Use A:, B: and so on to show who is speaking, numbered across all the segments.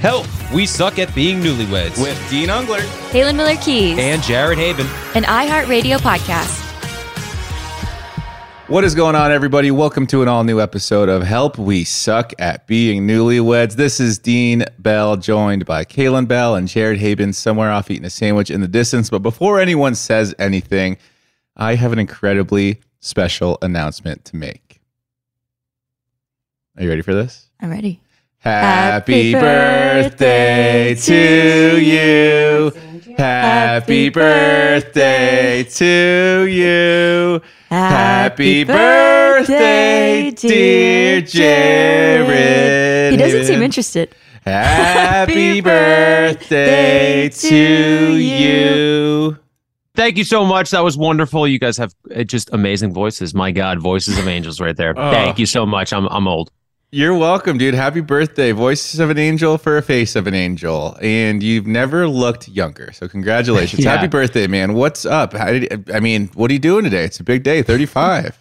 A: Help! We suck at being newlyweds with
B: Dean Ungler.
C: Halen Miller Keys,
A: and Jared Haben.
C: an iHeartRadio podcast.
B: What is going on, everybody? Welcome to an all new episode of Help We Suck at Being Newlyweds. This is Dean Bell, joined by Kaylin Bell and Jared Haben, somewhere off eating a sandwich in the distance. But before anyone says anything, I have an incredibly special announcement to make. Are you ready for this?
C: I'm ready.
B: Happy birthday to you. Happy birthday to you. Happy birthday, dear Jared.
C: He doesn't seem interested.
B: Happy
C: Happy
B: birthday
C: birthday
B: to
C: to
B: you.
A: Thank you so much. That was wonderful. You guys have uh, just amazing voices. My God, voices of angels right there.
B: Oh.
A: Thank you so much. I'm I'm old.
B: You're welcome, dude. Happy birthday. Voices of an angel for a face of an angel. And you've never looked younger. So, congratulations.
A: Yeah.
B: Happy birthday, man. What's up? How did, I mean, what are you doing today? It's a big day, 35.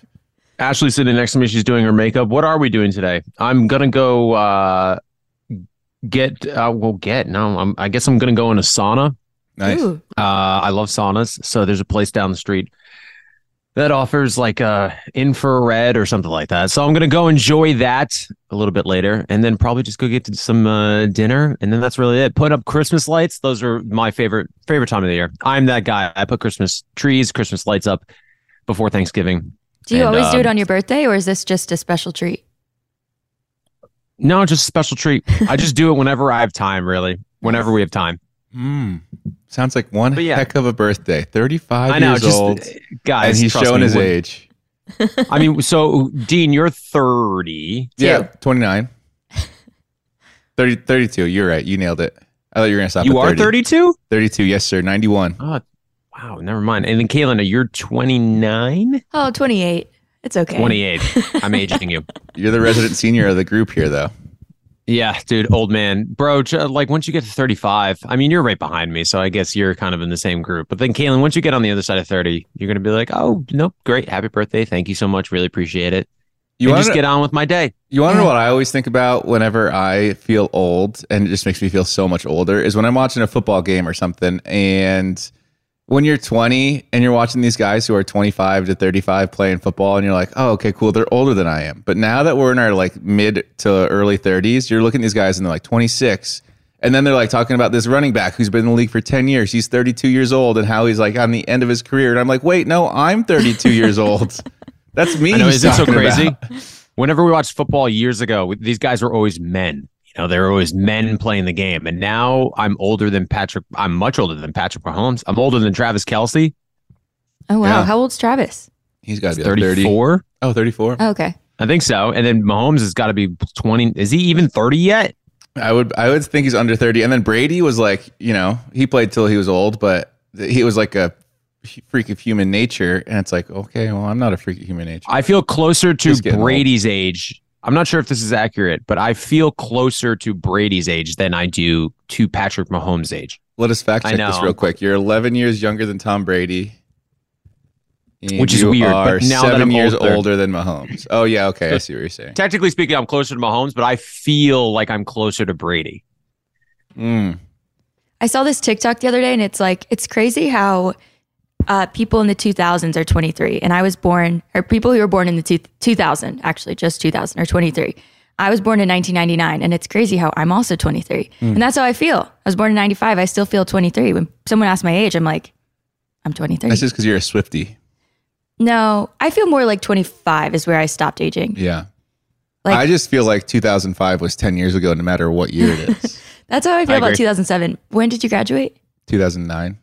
A: Ashley's sitting next to me. She's doing her makeup. What are we doing today? I'm gonna go uh, get. Uh, well, get. No, I'm, I guess I'm gonna go in a sauna.
B: Nice.
C: Ooh.
A: Uh, I love saunas. So there's a place down the street that offers like uh infrared or something like that. So I'm gonna go enjoy that a little bit later, and then probably just go get to some uh, dinner, and then that's really it. Put up Christmas lights. Those are my favorite favorite time of the year. I'm that guy. I put Christmas trees, Christmas lights up before Thanksgiving.
C: Do you
A: And,
C: always do it
A: um,
C: on your birthday, or is this just a special treat?
A: No, just a special treat. I just do it whenever I have time. Really, whenever we have time.
B: Mm. Sounds like one
A: But yeah.
B: heck of a birthday. 35
A: I know.
B: years
A: just
B: old.
A: guys,
B: And he's
A: trust
B: showing
A: me,
B: his
A: when-
B: age.
A: I mean, so Dean, you're 30.
B: Yeah, 29. 30, 32. You're right. You nailed it. I thought you were going to stop
A: You
B: at
A: are
B: 30.
A: 32.
B: 32. Yes, sir. 91.
A: Oh, wow. Never mind. And then, Kaylin, you're 29?
C: Oh, 28. It's okay.
A: 28. I'm aging you.
B: You're the resident senior of the group here, though.
A: Yeah, dude, old man. Bro, j- uh, like once you get to 35, I mean, you're right behind me. So I guess you're kind of in the same group. But then, Kaylin, once you get on the other side of 30, you're going to be like, oh, nope, great. Happy birthday. Thank you so much. Really appreciate it.
B: You
A: You
B: wanna
A: just
B: know-
A: get on with my day.
B: You want to know what I always think about whenever I feel old, and it just makes me feel so much older, is when I'm watching a football game or something. And when you're 20 and you're watching these guys who are 25 to 35 playing football, and you're like, oh, okay, cool, they're older than I am. But now that we're in our like mid to early 30s, you're looking at these guys and they're like 26. And then they're like talking about this running back who's been in the league for 10 years. He's 32 years old and how he's like on the end of his career. And I'm like, wait, no, I'm 32 years old. That's me.
A: I know,
B: he's
A: isn't it so
B: talking about.
A: crazy? Whenever we watched football years ago, we- these guys were always men. You know, they were always men playing the game. And now I'm older than Patrick. I'm much older than Patrick Mahomes. I'm older than Travis Kelsey.
C: Oh, wow.
B: Yeah.
C: How old's Travis?
B: He's got to be like 30.
A: 34.
B: Oh, 34.
C: Oh, okay.
A: I think so. And then Mahomes has got to be 20. Is he even 30 yet?
B: I would I would think he's under 30. And then Brady was like, you know, he played till he was old, but th- he was like a freak of human nature and it's like, okay, well, I'm not a freak of human nature.
A: I feel closer
B: He's
A: to
B: getting old.
A: Brady's age. I'm not sure if this is accurate, but I feel closer to Brady's age than I do to Patrick Mahomes' age.
B: Let us fact
A: I
B: check this
A: know.
B: real quick. You're 11 years younger than Tom Brady, and
A: Which is
B: you
A: weird, but
B: Are
A: now that
B: seven
A: I'm
B: years
A: older-
B: older than Mahomes. Oh yeah, okay, I see what you're saying.
A: Technically speaking, I'm closer to Mahomes, but I feel like I'm closer to Brady.
B: Mm.
C: I saw this TikTok the other day, and it's like it's crazy how uh, people in the 2000s are 23, and I was born, or people who were born in the two, 2000, actually just 2000 or 23. I was born in 1999, and it's crazy how I'm also 23, and that's how I feel. I was born in 95, I still feel 23. When someone asks my age, I'm like, I'm 23.
B: That's just because you're a Swifty.
C: no, I feel more like 25 is where I stopped aging.
B: Yeah.
C: Like-
B: I just feel like 2005 was 10 years ago, no matter what year it is.
C: That's how I feel
A: I
C: about
A: agree.
C: 2007. When did you graduate?
B: 2009.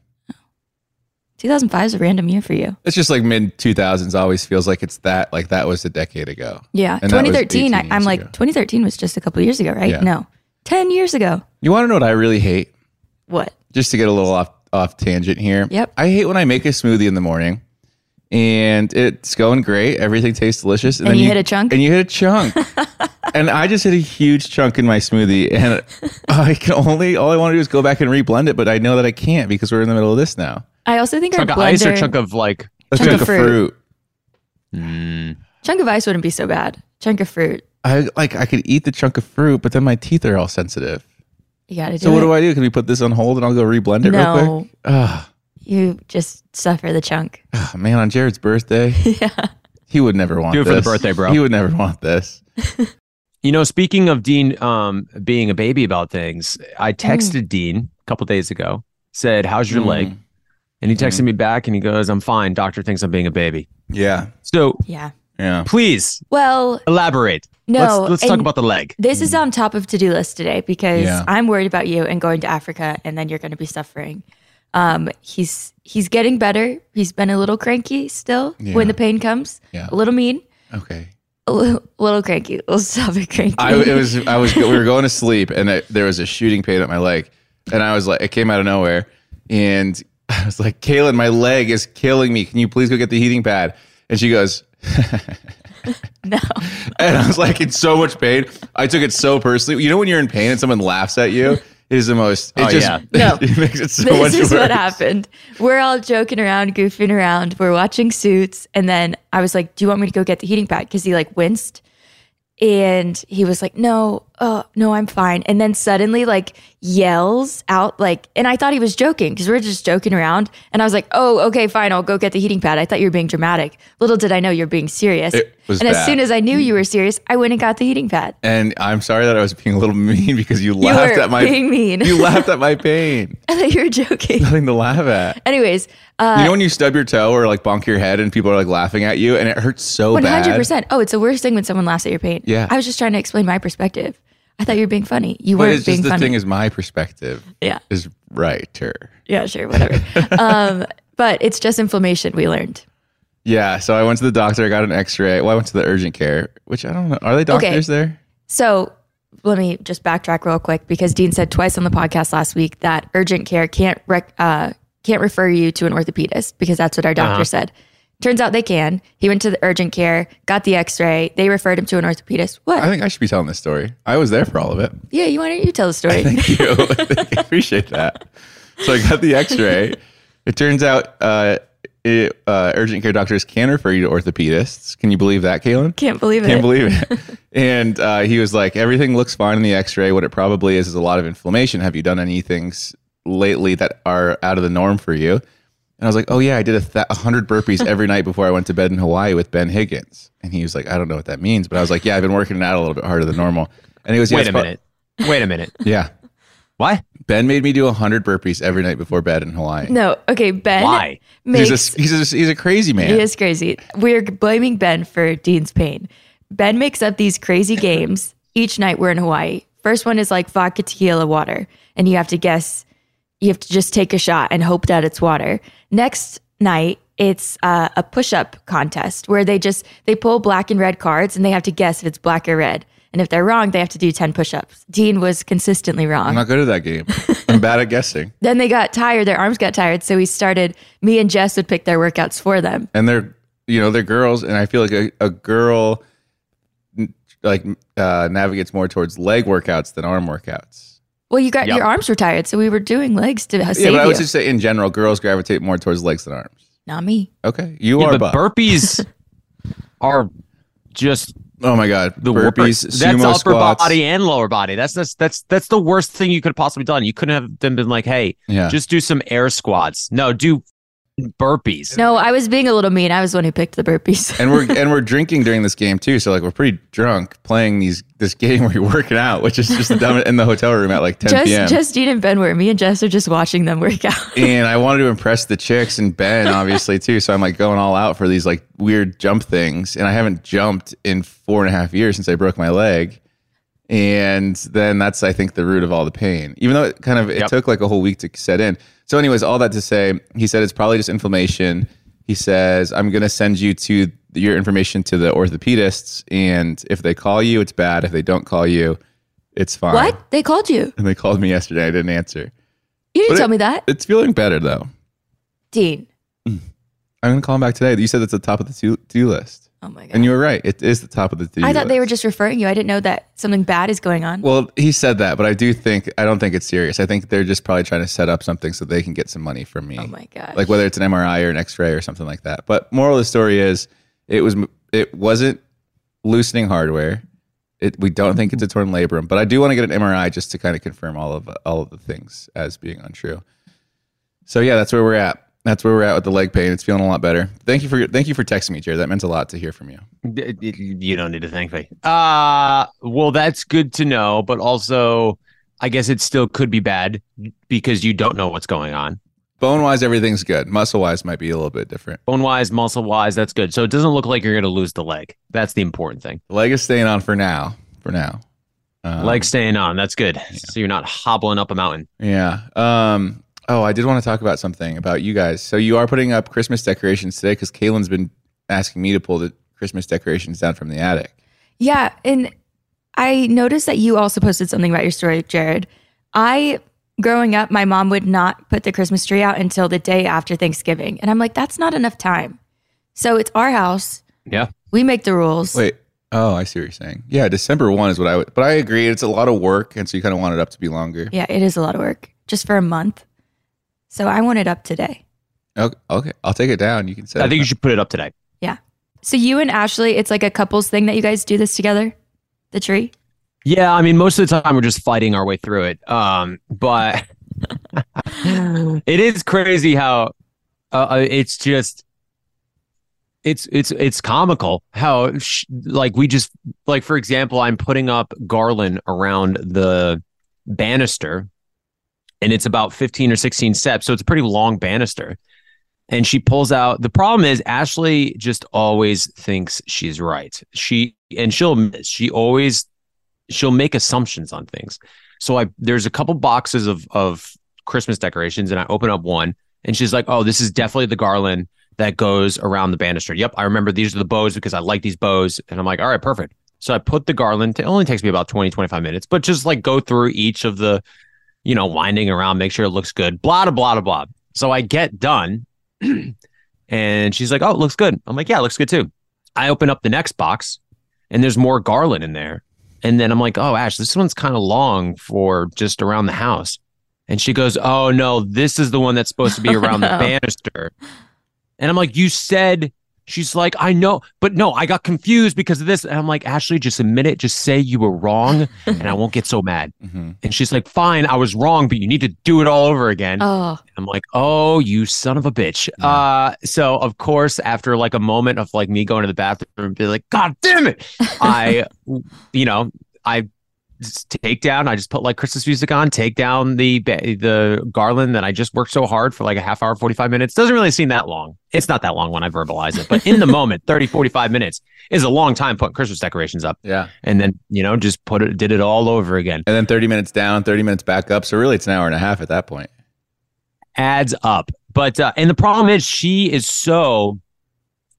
C: 2005 is a random year for you.
B: It's just like mid 2000s always feels like it's that, like that was a decade ago.
C: Yeah,
B: And that was
C: 2013. I,
B: 18
C: I'm
B: years
C: like,
B: ago.
C: 2013 was just a couple years ago, right?
B: Yeah.
C: No, 10 years ago.
B: You want to know what I really hate?
C: What?
B: Just to get a little off, off tangent here.
C: Yep.
B: I hate when I make a smoothie in the morning and it's going great. Everything tastes delicious.
C: And you hit a chunk?
B: And you hit a chunk. and I just hit a huge chunk in my smoothie. And I can only, all I want to do is go back and reblend it. But I know that I can't because we're in the middle of this now.
C: I also think
A: Chunk
C: our
A: of
C: blender,
A: ice or chunk of like
B: A
C: Chunk of fruit. chunk of ice wouldn't be so bad. Chunk of fruit.
B: I like I could eat the chunk of fruit, but then my teeth are all sensitive.
C: You gotta do
B: So what
C: it.
B: do I do? Can we put this on hold and I'll go reblend it real
C: No.
B: quick? Ah,
C: You just suffer the chunk.
B: ah, man, on Jared's birthday. yeah. He would never want
A: Do it for the
B: this.
A: birthday, bro.
B: He would never want this.
A: You know, speaking of Dean um, being a baby about things, I
C: Mm.
A: texted Dean a couple days ago, said, How's your
B: Mm.
A: leg? And he texted me back and he goes, I'm fine. Doctor thinks I'm being a baby.
B: Yeah.
A: So
C: Yeah.
B: Yeah.
A: please
C: Well,
A: elaborate.
C: no.
A: let's, let's talk
C: and
A: about the leg.
C: This is on top of to do list today because
B: Yeah.
C: I'm worried about you and going to Africa, and then you're going to be suffering. Um, he's he's getting better. He's been a little cranky still
B: Yeah.
C: when the pain comes.
B: Yeah.
C: A little mean.
B: Okay.
C: A little, little cranky. A little stubborn cranky.
B: I it was I was we were going to sleep and it, there was a shooting pain at my leg and I was like it came out of nowhere and I was like Kaylin my leg is killing me can you please go get the heating pad and she goes
C: no.
B: and I was like in so much pain I took it so personally you know when you're in pain and someone laughs at you it is the most it
A: Oh,
B: just
A: yeah.
C: No.
B: it makes it so much
C: this is
B: worse
C: what happened. We're all joking around, goofing around. We're watching Suits, and then I was like, "Do you want me to go get the heating pad?" Because he like winced, and he was like, "No, uh, no, I'm fine." And then suddenly, like, yells out like, and I thought he was joking because we are just joking around, and I was like, "Oh, okay, fine, I'll go get the heating pad." I thought you were being dramatic. Little did I know you're being serious.
B: It was
C: and as
B: bad.
C: soon as I knew you were serious, I went and got the heating pad.
B: and I'm sorry that I was being a little mean because you laughed
C: were
B: at my
C: being mean.
B: you laughed at my pain
C: I thought you were joking.
B: nothing to laugh at
C: Anyways, uh,
B: you know when you stub your toe or like bonk your head and people are like laughing at you and it hurts so
C: One
B: bad.
C: hundred percent. Oh, it's the worst thing when someone laughs at your pain.
B: Yeah.
C: I was just trying to explain my perspective. I thought you were being funny. You
B: But
C: weren't
B: it's
C: being
B: just the
C: funny.
B: thing is my perspective
C: yeah.
B: is righter.
C: Yeah. Sure. Whatever. um, but it's just inflammation. We learned.
B: Yeah. So I went to the doctor. I got an X-ray. Well, I went to the urgent care, which I don't know. Are they
C: Okay.
B: doctors there?
C: So let me just backtrack real quick because Dean said twice on the podcast last week that urgent care can't rec- uh, can't refer you to an orthopedist because that's what our doctor
B: Uh-huh.
C: said. Turns out they can. He went to the urgent care, got the X-ray. They referred him to an orthopedist. What?
B: I think I should be telling this story. I was there for all of it.
C: yeah. You why don't you tell the story?
B: Thank you. Thank you. Appreciate that. So I got the X-ray. It turns out uh, it, uh, urgent care doctors can refer you to orthopedists. Can you believe that, Kaylin?
C: Can't believe it.
B: Can't believe it. and uh, he was like, everything looks fine in the X-ray. What it probably is is a lot of inflammation. Have you done any things lately that are out of the norm for you? And I was like, oh yeah, I did a th- 100 burpees every night before I went to bed in Hawaii with Ben Higgins. And he was like, I don't know what that means, but I was like, yeah, I've been working it out a little bit harder than normal. And he was, yeah,
A: Wait
B: it's
A: a
B: prob-
A: minute. Wait a minute.
B: yeah.
A: What?
B: Ben made me do 100 burpees every night before bed in Hawaii.
C: No. Okay. Ben.
A: Why?
C: Makes
B: he's a he's a he's a crazy man.
C: He is crazy. We're blaming Ben for Dean's pain. Ben makes up these crazy games each night we're in Hawaii. First one is like vodka, tequila, water. And you have to guess, you have to just take a shot and hope that it's water. Next night, it's uh, a push up contest where they just, they pull black and red cards and they have to guess if it's black or red. And if they're wrong, they have to do 10 push ups. Dean was consistently wrong
B: I'm not good at that game. I'm bad at guessing.
C: then they got tired their arms got tired so we started me and jess would pick their workouts for them
B: and they're you know they're girls and i feel like a, a girl like uh, navigates more towards leg workouts than arm workouts.
C: Well, you got
A: Yep.
C: your arms were tired, so we were doing legs to uh, save
B: yeah, but I
C: you.
B: would just say in general, girls gravitate more towards legs than arms.
C: Not me.
B: Okay, you
A: Yeah,
B: are
A: but
B: buff.
A: burpees are just
B: oh my god,
A: the
B: burpees,
A: worst.
B: sumo
A: That's upper
B: squats.
A: body and lower body. That's, that's that's that's the worst thing you could have possibly done. You couldn't have then been like, hey,
B: Yeah,
A: just do some air squats. No, do burpees.
C: No, I was being a little mean. I was the one who picked the burpees.
B: and we're and we're drinking during this game too. So like we're pretty drunk playing these this game where you're working out, which is just dumb in the hotel room at like 10
C: Just,
B: p.m.
C: Justine and Ben were. Me and Jess are just watching them work out.
B: and I wanted to impress the chicks and Ben obviously too. So I'm like going all out for these like weird jump things, and I haven't jumped in four and a half years since I broke my leg. And then that's I think the root of all the pain. Even though it kind of it
A: Yep.
B: took like a whole week to set in. So, anyways, all that to say, he said it's probably just inflammation. He says I'm gonna send you to your information to the orthopedists, and if they call you, it's bad. If they don't call you, it's fine.
C: What? They called you.
B: And they called me yesterday. I didn't answer.
C: You didn't
B: But
C: tell
B: it-
C: me that,
B: It's feeling better though.
C: Dean.
B: I'm gonna call him back today. You said that's the top of the to do list,
C: Oh my god.
B: and you were right. It is the top of the to do.
C: I thought they were just referring you. I didn't know that something bad is going on.
B: Well, he said that, but I do think I don't think it's serious. I think they're just probably trying to set up something so they can get some money from me.
C: oh my god.
B: Like whether it's an MRI or an X-ray or something like that. But moral of the story is, it was it wasn't loosening hardware. It, we don't think it's a torn labrum, but I do want to get an MRI just to kind of confirm all of all of the things as being untrue. So yeah, that's where we're at. That's where we're at with the leg pain. It's feeling a lot better. Thank you for thank you for texting me, Jared. That meant a lot to hear from you.
A: D- d- You don't need to thank me. Uh well, that's good to know, but also I guess it still could be bad because you don't know what's going on.
B: Bone wise, everything's good. Muscle wise, might be a little bit different.
A: Bone wise, muscle wise, that's good. So it doesn't look like you're going to lose the leg. That's the important thing.
B: The leg is staying on for now. For now, um,
A: leg staying on. That's good. So you're not hobbling up a mountain.
B: Yeah. Um. Oh, I did want to talk about something about you guys. So you are putting up Christmas decorations today because Kaylin's been asking me to pull the Christmas decorations down from the attic.
C: Yeah, and I noticed that you also posted something about your story, Jared. I growing up, my mom would not put the Christmas tree out until the day after Thanksgiving, and I'm like, that's not enough time. So it's our house.
A: Yeah.
C: We make the rules.
B: Wait. Oh, I see what you're saying. Yeah, December one is what I would. But I agree, it's a lot of work, and so you kind of want it up to be longer.
C: Yeah, it is a lot of work just for a month. So I want it up today.
B: Okay, okay, I'll take it down. You can set.
A: I
B: it
A: think you should put it up today.
C: So you and Ashley, it's like a couples thing that you guys do this together, the tree.
A: Yeah, I mean, most of the time we're just fighting our way through it. Um, but it is crazy how uh, uh, it's just it's it's it's comical how sh- like we just like for example, I'm putting up garland around the banister, and it's about 15 or 16 steps, so it's a pretty long banister. And she pulls out. The problem is Ashley just always thinks she's right. She and she'll she always she'll make assumptions on things. So I there's a couple boxes of of Christmas decorations, and I open up one, and she's like, "Oh, this is definitely the garland that goes around the banister." Yep, I remember these are the bows because I like these bows, and I'm like, "All right, perfect." So I put the garland. It only takes me about 20, 25 minutes, but just like go through each of the, you know, winding around, make sure it looks good. Blah blah blah blah. So I get done, and she's like, "Oh, it looks good." I'm like, "Yeah, it looks good too." I open up the next box, and there's more garland in there. And then I'm like, oh, Ash, this one's kind of long for just around the house. And she goes, oh, no, this is the one that's supposed to be around the
C: no.
A: banister. And I'm like, you said, she's like, I know, but no, I got confused because of this. And I'm like, Ashley, just admit it. Just say you were wrong and I won't get so mad.
B: Mhm.
A: And she's like, fine, I was wrong, but you need to do it all over again.
C: Oh,
A: I'm like, oh, you son of a bitch. Uh, so of course, after like a moment of like me going to the bathroom and be like, God damn it, I, you know, I just take down. I just put like Christmas music on, take down the ba- the garland that I just worked so hard for like a half hour, 45 minutes. Doesn't really seem that long. It's not that long when I verbalize it, but in the moment, 30, 45 minutes is a long time putting Christmas decorations up,
B: Yeah.
A: and then you know just put it, did it all over again.
B: And then 30 minutes down, 30 minutes back up. So really, it's an hour and a half at that point.
A: adds up. But uh, and the problem is she is so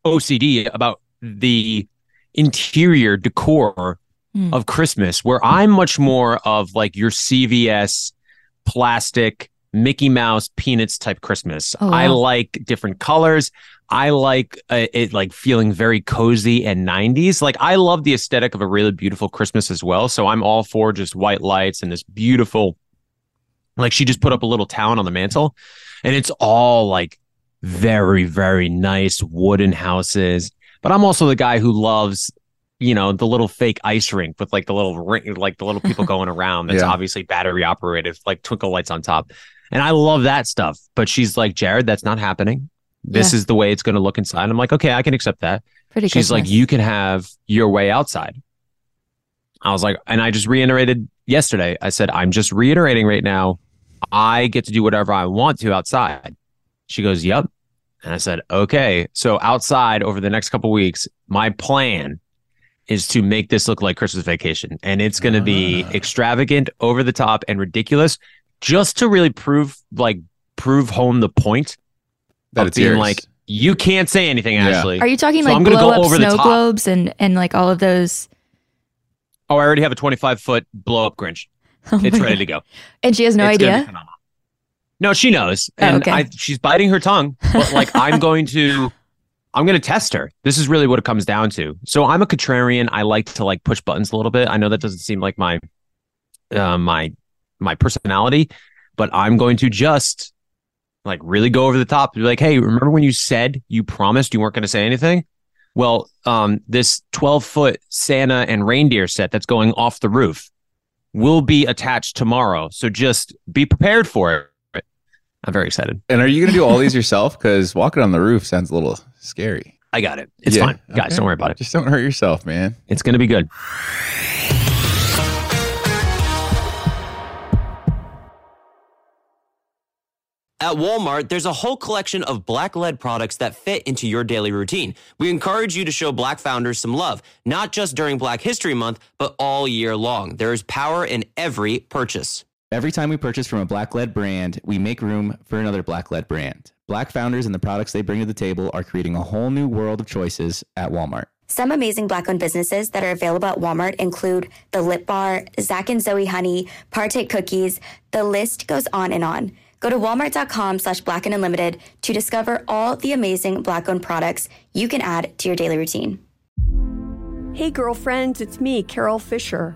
A: OCD about the interior decor
C: Hmm.
A: of Christmas, where I'm much more of like your CVS plastic Mickey Mouse Peanuts type Christmas.
C: Oh,
A: I
C: wow.
A: like different colors. I like uh, it like feeling very cozy and 90s. Like I love the aesthetic of a really beautiful Christmas as well. So I'm all for just white lights and this beautiful like she just put up a little town on the mantle and it's all like very very nice wooden houses. But I'm also the guy who loves you know the little fake ice rink with like the little ring like the little people going around that's
B: Yeah.
A: obviously battery operated like twinkle lights on top and i love that stuff but she's like jared that's not happening this is the way it's going to look inside i'm like okay i can accept that
C: Pretty
A: she's like
C: Christmas.
A: you can have your way outside i was like and i just reiterated yesterday i said i'm just reiterating right now i get to do whatever i want to outside she goes yep and i said okay so outside over the next couple weeks my plan is to make this look like christmas vacation and it's going to be
B: Ah.
A: extravagant over the top and ridiculous just to really prove like prove home the point
B: That
A: of
B: it's
A: being
B: yours.
A: like you can't say anything
B: Yeah.
A: ashley
C: Are you talking
A: So
C: like
A: I'm gonna go
C: blow up
A: over the
C: snow
A: top.
C: globes and and like all of those?
A: Oh, I already have a 25 foot blow up Grinch.
C: Oh my
A: It's ready
C: God.
A: to go.
C: And she has no
A: It's gonna be
C: idea.
A: phenomenal. No, she knows,
C: Oh,
A: and
C: okay.
A: I, she's biting her tongue. But like, I'm going to, I'm going to test her. This is really what it comes down to. So I'm a contrarian. I like to like push buttons a little bit. I know that doesn't seem like my, uh, my, my personality, but I'm going to just like really go over the top. Be like, hey, remember when you said you promised you weren't going to say anything? Well, um, this 12 foot Santa and reindeer set that's going off the roof will be attached tomorrow. So just be prepared for it. I'm very excited.
B: and are you gonna do all these yourself? Because walking on the roof sounds a little scary.
A: I got it. It's
B: Yeah.
A: fine. Guys,
B: Okay.
A: don't worry about it.
B: Just don't hurt yourself, man.
A: It's going to be good.
D: At Walmart, there's a whole collection of black led products that fit into your daily routine. We encourage you to show black founders some love, not just during Black History Month, but all year long. There is power in every purchase.
E: Every time we purchase from a black led brand, we make room for another black led brand. Black founders and the products they bring to the table are creating a whole new world of choices at Walmart.
F: Some amazing black owned businesses that are available at Walmart include The Lip Bar, Zach and Zoe Honey, Partake Cookies. The list goes on and on. Go to walmart.com slash black and unlimited to discover all the amazing black owned products you can add to your daily routine.
G: Hey, girlfriends, it's me, Carol Fisher.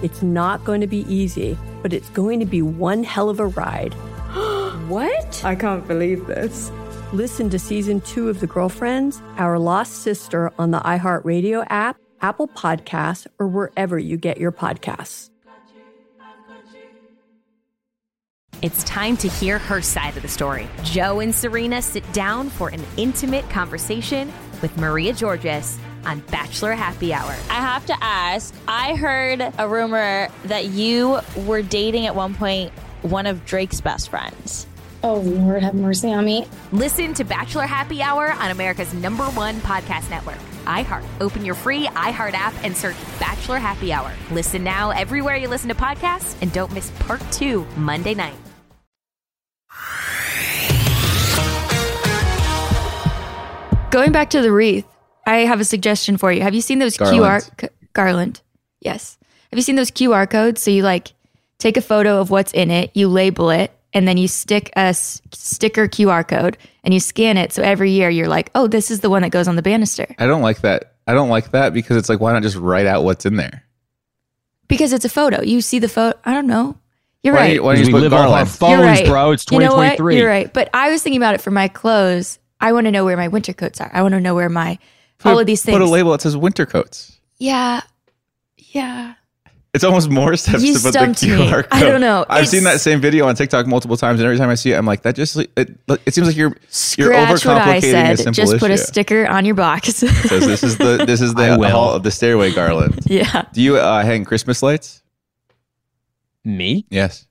G: It's not going to be easy, but it's going to be one hell of a ride.
H: What?
I: I can't believe this.
G: Listen to season two of The Girlfriends, Our Lost Sister on the iHeartRadio app, Apple Podcasts, or wherever you get your podcasts.
J: It's time to hear her side of the story. Joe and Serena sit down for an intimate conversation with Maria Georges on Bachelor Happy Hour.
H: I have to ask I heard a rumor that you were dating at one point one of Drake's best friends.
J: Listen to Bachelor Happy Hour on America's number one podcast network, iHeart. Open your free iHeart app and search Bachelor Happy Hour. Listen now everywhere you listen to podcasts and don't miss part two Monday night.
C: Going back to the wreath, I have a suggestion for you. Have you seen those
B: Garland.
C: QR c- garland? Yes. Have you seen those QR codes? So you like take a photo of what's in it, you label it, and then you stick a s- sticker QR code and you scan it. So every year you're like, oh, this is the one that goes on the banister
B: I don't like that. I don't like that because it's like, why not just write out what's in there?
C: because it's a photo. You see the photo. I don't know. You're
B: Why don't
C: right.
B: you- why don't you
A: We
B: just put
A: live off our
B: garlic?
A: phones,
C: You're right.
A: bro. It's
C: You know what?
A: 2023.
C: You're right. But I was thinking about it for my clothes. I want to know where my winter coats are. I want to know where my all of these things.
B: Put a label that says winter coats.
C: Yeah, yeah.
B: It's almost more steps
C: You
B: to put the
C: stumped me.
B: QR code.
C: I don't know.
B: I've seen
C: It's-
B: that same video on TikTok multiple times, and every time I see it, I'm like, that just it, it seems like you're you're
C: Scratch what I
B: overcomplicating a
C: said.
B: simple
C: Just
B: issue.
C: put a sticker on your box.
B: Says this is the this is the hall of the stairway garland.
C: yeah.
B: Do you uh, hang Christmas lights?
A: Me?
B: Yes.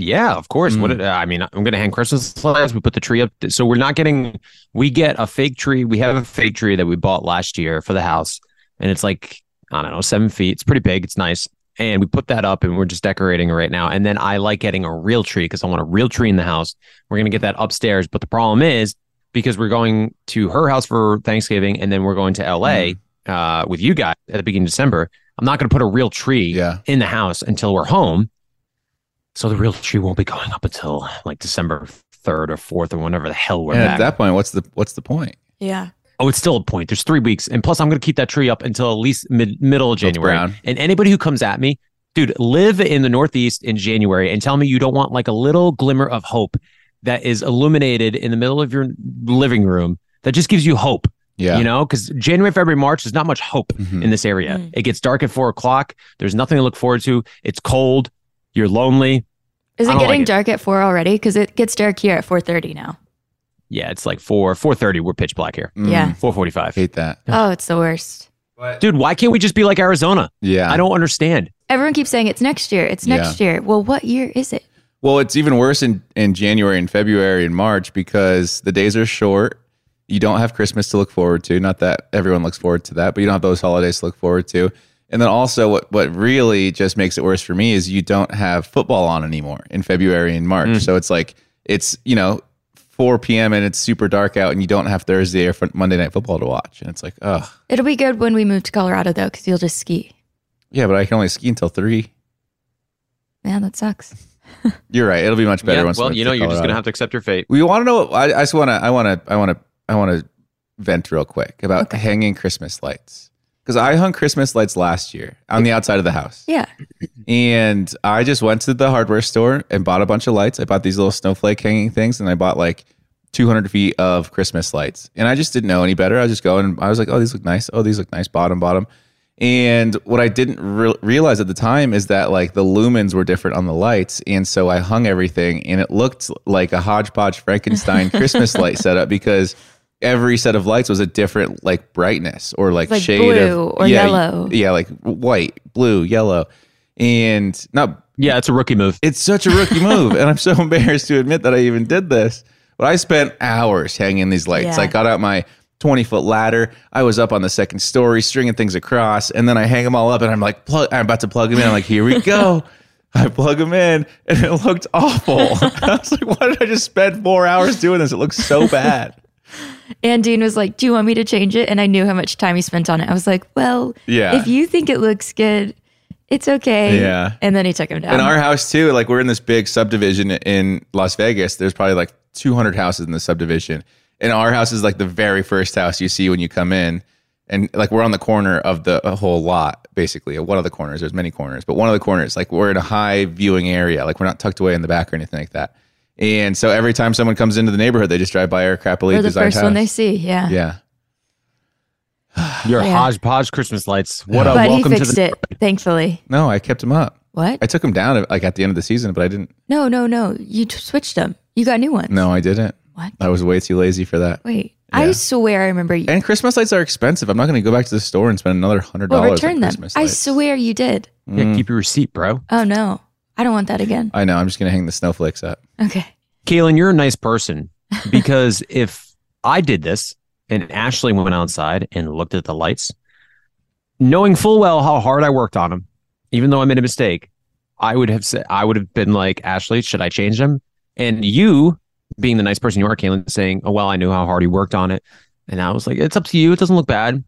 A: Yeah, of course. What did- uh, I mean, I'm going to hang Christmas lights. We put the tree up, so we're not getting. We get a fake tree. We have a fake tree that we bought last year for the house, and it's like I don't know, seven feet. It's pretty big. It's nice, and we put that up, and we're just decorating it right now. And then I like getting a real tree because I want a real tree in the house. We're going to get that upstairs, but the problem is because we're going to her house for Thanksgiving, and then we're going to LA uh, with you guys at the beginning of December. I'm not going to put a real tree in the house until we're home. So the real tree won't be going up until like December third or fourth or whenever the hell we're
B: And
A: back.
B: at that point, what's the what's the point?
C: Yeah.
A: oh, it's still a point. There's three weeks, and plus I'm going to keep that tree up until at least mid- middle of January.
B: brown.
A: And anybody who comes at me, dude, live in the Northeast in January and tell me you don't want like a little glimmer of hope that is illuminated in the middle of your living room that just gives you hope.
B: Yeah. Mm-hmm. Mm.
A: You know, because January, February, March, there's not much hope in this area. It gets dark at four o'clock. There's nothing to look forward to. It's cold. You're lonely.
C: Is
A: I
C: it
A: don't like
C: getting dark at four already? Because it gets dark here at four thirty now.
A: Yeah, it's like four four thirty. We're pitch black
B: Mm.
A: here.
C: Yeah.
A: four forty five.
B: Hate that,
C: Oh, it's the worst.
A: dude. Why can't we just be like Arizona?
B: Yeah,
A: I don't understand.
C: Everyone keeps saying it's next year. It's next year. Well, what year is it?
B: Well, it's even worse in, in January and February and March because the days are short. You don't have Christmas to look forward to. Not that everyone looks forward to that, but you don't have those holidays to look forward to. And then also, what, what really just makes it worse for me is you don't have football on anymore in February and March.
A: Mm.
B: So it's like, it's, you know, 4 p.m. and it's super dark out and you don't have Thursday or fr- Monday Night Football to watch. And it's like, ugh.
C: It'll be good when we move to Colorado though, because you'll just ski.
B: Yeah, but I can only ski until three.
C: Man, that sucks.
B: You're right. It'll be much better
A: Yeah,
B: once
A: well, you know, you're just
B: to.
A: gonna
B: Colorado.
A: have to accept your fate.
B: We want to know. I, I just want to. I want to. I want to. I want to vent real quick about hanging Christmas lights because I hung Christmas lights last year on the outside of the house,
C: Yeah.
B: and I just went to the hardware store and bought a bunch of lights. I bought these little snowflake hanging things, and I bought like 200 feet of Christmas lights, and I just didn't know any better. I was just going. I was like, oh, these look nice. Oh, these look nice. Bottom, bottom. And what I didn't re- realize at the time is that like the lumens were different on the lights, and so I hung everything, and it looked like a hodgepodge Frankenstein Christmas light setup because every set of lights was a different like brightness or like,
C: Like
B: shade
C: blue
B: of
C: or
B: yeah,
C: yellow.
B: yeah, like white, blue, yellow, and not
A: yeah, it's a rookie move.
B: It's such a rookie move, and I'm so embarrassed to admit that I even did this. But I spent hours hanging these lights.
E: Yeah.
B: I got out my 20 foot ladder. I was up on the second story, stringing things across, and then I hang them all up, and I'm like, plug. I'm about to plug them in. I'm like, here we go. I plug them in, and it looked awful. I was like, why did I just spend four hours doing this? It looks so bad.
C: And Dean was like, Do you want me to change it? And I knew how much time he spent on it. I was like, Well,
B: Yeah.
C: if you think it looks good, it's okay.
B: Yeah.
C: And then he took him down.
B: In our house too, like we're in this big subdivision in Las Vegas. There's probably like 200 houses in the subdivision, and our house is like the very first house you see when you come in, and like we're on the corner of the a whole lot, basically. One of the corners. There's many corners, but one of the corners, like we're in a high viewing area. Like we're not tucked away in the back or anything like that. And so every time someone comes into the neighborhood, they just drive by our crappily
C: We're the
B: designed
C: first
B: house.
C: one they see. Yeah.
B: yeah.
A: Your
C: Yeah.
A: hodgepodge Christmas lights. What a
C: but he
A: welcome to
C: fixed
A: the.
C: it, thankfully.
B: No, I kept them up.
C: What?
B: I took them down like at the end of the season, but I didn't.
C: No, no, no. You t- switched them. You got new ones.
B: No, I didn't.
C: What?
B: I was way too lazy for that.
C: Wait. I swear I remember you.
B: And Christmas lights are expensive. I'm not going to go back to the store and spend another hundred
C: Well,
B: dollars.
C: return them.
B: Christmas
C: I
B: lights. Hmm.
C: swear you did.
D: Mm.
A: Yeah, keep your receipt, bro.
C: Oh, no. I don't want that again.
B: I know. I'm just going to hang the snowflakes up.
C: Okay.
A: Kaylin, you're a nice person because if I did this and Ashley went outside and looked at the lights, knowing full well how hard I worked on them, even though I made a mistake, I would have said I would have been like, Ashley, should I change them? And you, being the nice person you are, Kaylin, saying, Oh well, I knew how hard you worked on it. And I was like, It's up to you. It doesn't look bad.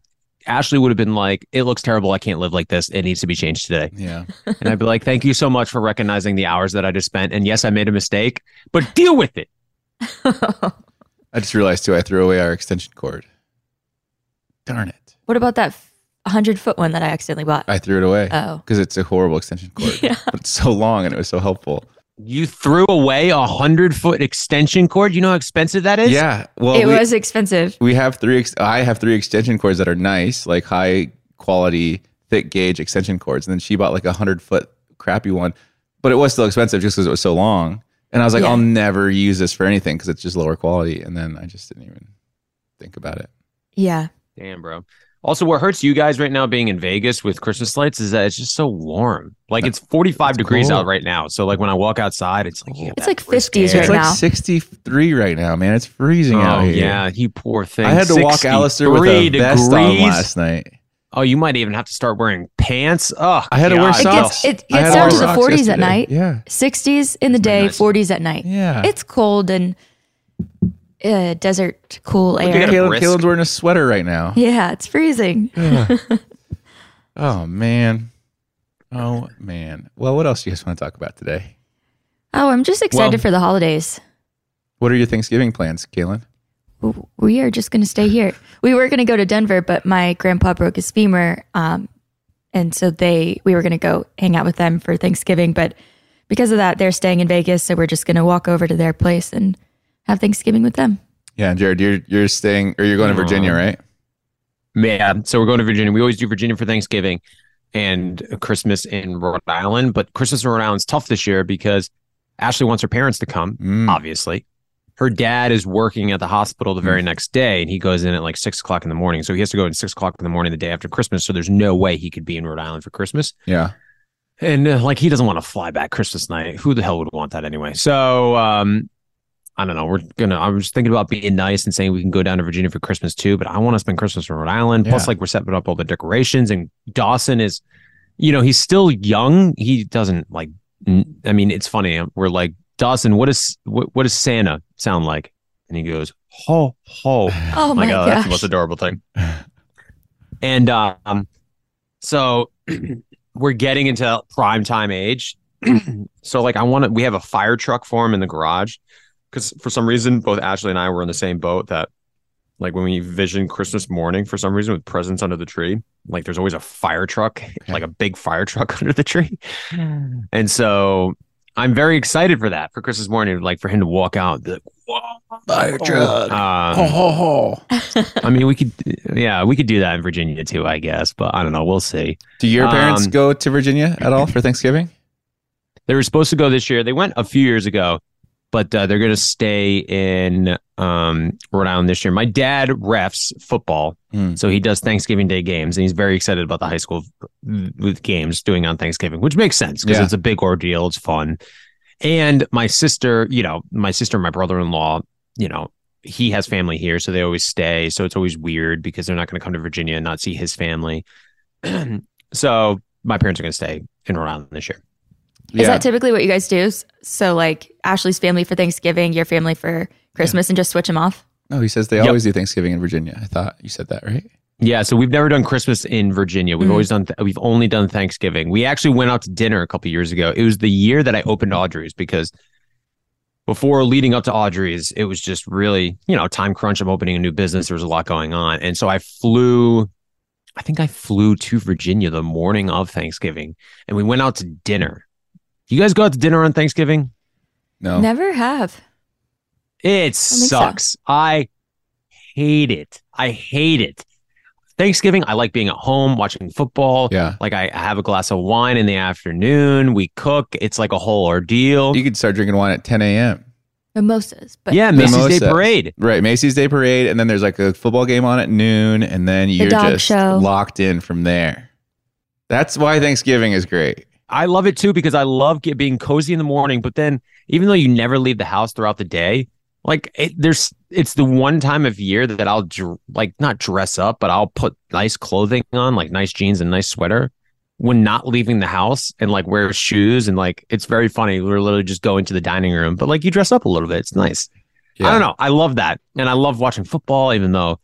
A: Ashley would have been like, It looks terrible. I can't live like this. It needs to be changed today.
B: Yeah.
A: And I'd be like, thank you so much for recognizing the hours that I just spent. And yes, I made a mistake, but deal with it.
B: I just realized too. I threw away our extension cord. Darn it.
C: What about that f- hundred foot one that I accidentally bought.
B: I threw it away.
C: Oh.
B: Because it's a horrible extension cord.
C: Yeah.
B: But it's so long and it was so helpful.
A: You threw away a hundred foot extension cord. You know how expensive that is.
B: Yeah. Well,
C: it
B: we,
C: was expensive.
B: we have three, ex- I have three extension cords that are nice, like high quality, thick gauge extension cords. And then she bought like a hundred foot crappy one, but it was still expensive just because it was so long. And I was like,
C: Yeah.
B: I'll never use this for anything because it's just lower quality. And then I just didn't even think about it.
C: Yeah.
A: Damn, bro. Also, what hurts you guys right now being in Vegas with Christmas lights is that it's just so warm. Like it's 45 degrees
B: cold.
A: out right now. So like when I walk outside, it's like yeah,
C: It's
A: that
C: like
A: brisk
C: 50s
A: air.
B: It's
C: Right
B: like
C: now.
B: 63 right now, man. It's freezing out
A: Oh
B: here.
A: yeah, you poor thing.
B: I had to walk Alistair with a
A: 63
B: vest on
A: degrees.
B: last night.
A: Oh, you might even have to start wearing pants. Oh,
B: I had to wear
A: God.
C: It
B: socks.
C: gets it
B: I had
C: gets down
B: all
C: to the
B: rocks
C: forties at
B: yesterday.
C: night.
B: Yeah.
C: Sixties in the day,
A: nice.
C: forties at night.
B: Yeah.
C: It's cold and uh, desert cool
A: at
C: air.
A: that.
B: Caleb,
A: brisk.
B: Caleb's wearing a sweater right now.
C: Yeah, it's freezing.
B: Oh man. Oh man. Well, what else do you guys want to talk about today?
C: Oh, I'm just excited
A: Well-
C: for the holidays.
B: What are your Thanksgiving plans, Kaylin?
C: W- We are just going to stay here. We were going to go to Denver, but my grandpa broke his femur, um, and so they we were going to go hang out with them for Thanksgiving. But because of that, they're staying in Vegas, so we're just going to walk over to their place and have Thanksgiving with them.
B: Yeah, and Jared, you're you're staying or you're going to Virginia, right?
A: Yeah. So we're going to Virginia. We always do Virginia for Thanksgiving and Christmas in Rhode Island. But Christmas in Rhode Island's tough this year because Ashley wants her parents to come,
B: Mm.
A: obviously. Her dad is working at the hospital the very next day and he goes in at like six o'clock in the morning. So he has to go in six o'clock in the morning the day after Christmas. So there's no way he could be in Rhode Island for Christmas.
B: Yeah.
A: And uh, like he doesn't want to fly back Christmas night. Who the hell would want that anyway? So um I don't know. We're gonna. I was thinking about being nice and saying we can go down to Virginia for Christmas too, but I want to spend Christmas in Rhode Island. Plus,
B: Yeah.
A: like we're setting up all the decorations, and Dawson is, you know, he's still young. He doesn't like. n- I mean, it's funny. We're like Dawson. What is what, what does Santa sound like? And he goes ho ho.
C: Oh my
A: like, oh, that's
C: gosh!
A: the most adorable thing. and um, so we're getting into prime time age. so like I want to, we have a fire truck for him in the garage because for some reason both Ashley and I were in the same boat that like when we vision Christmas morning for some reason with presents under the tree, like there's always a fire truck, like a big fire truck under the tree. And so I'm very excited for that for Christmas morning, like for him to walk out. and be Like, Whoa, fire truck.
B: Oh,
A: Um, I mean, we could, yeah, we could do that in Virginia too, I guess, but I don't know. We'll see.
B: Do your parents
A: Um,
B: go to Virginia at all for Thanksgiving?
A: They were supposed to go this year. They went a few years ago, but uh, they're going to stay in um, Rhode Island this year. My dad refs football,
B: Hmm.
A: so he does Thanksgiving Day games, and he's very excited about the high school v- with games doing on Thanksgiving, which makes sense because
B: Yeah.
A: it's a big ordeal. It's fun, and my sister, you know, my sister, and my brother-in-law, you know, he has family here, so they always stay. So it's always weird because they're not going to come to Virginia and not see his family. so my parents are going to stay in Rhode Island this year.
C: Is that typically what you guys do? S- So like Ashley's family for Thanksgiving, your family for Christmas, and just switch them off.
B: no, he says they
A: Yep.
B: always do Thanksgiving in Virginia. I thought you said that, right?
A: Yeah, so we've never done Christmas in Virginia. We've always done. Th- we've only done Thanksgiving. We actually went out to dinner a couple years ago. It was the year that I opened Audrey's because before leading up to Audrey's, it was just really you know time crunch. I'm opening a new business. There was a lot going on, and so I flew. I think I flew to Virginia the morning of Thanksgiving, and we went out to dinner. You guys go out to dinner on Thanksgiving?
B: No.
C: Never have.
A: It
C: think so.
A: sucks. I hate it. I hate it. Thanksgiving, I like being at home watching football.
B: Yeah.
A: Like I I have a glass of wine in the afternoon. We cook. It's like a whole ordeal.
B: You could start drinking wine at 10 a.m.
C: Mimosas, but
A: yeah, Macy's Day
B: Mimosas.
A: Parade.
B: Right, Macy's Day Parade, and then there's like a football game on at noon, and then you're
C: dog
B: just
C: show.
B: locked in from there. That's why Thanksgiving is great.
A: I love it too because I love get, being cozy in the morning. But then, even though you never leave the house throughout the day, like it, there's, it's the one time of year that I'll dr- like not dress up, but I'll put nice clothing on, like nice jeans and nice sweater, when not leaving the house, and like wear shoes and like it's very funny. We're literally just going to the dining room, but like you dress up a little bit. It's nice. I don't know. I love that, and I love watching football, even though.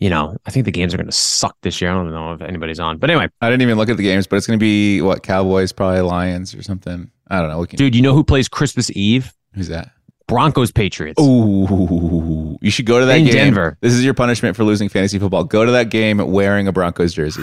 A: You know, I think the games are going to suck this year. I don't even know if anybody's on. But anyway,
B: I didn't even look at the games, but it's going to be what Cowboys, probably Lions or something. I don't know. We can,
A: dude, you know who plays Christmas Eve?
B: who's that?
A: Broncos Patriots.
B: Ooh, you should go to that
A: In
B: game.
A: Denver.
B: This is your punishment for losing fantasy football. Go to that game wearing a Broncos jersey.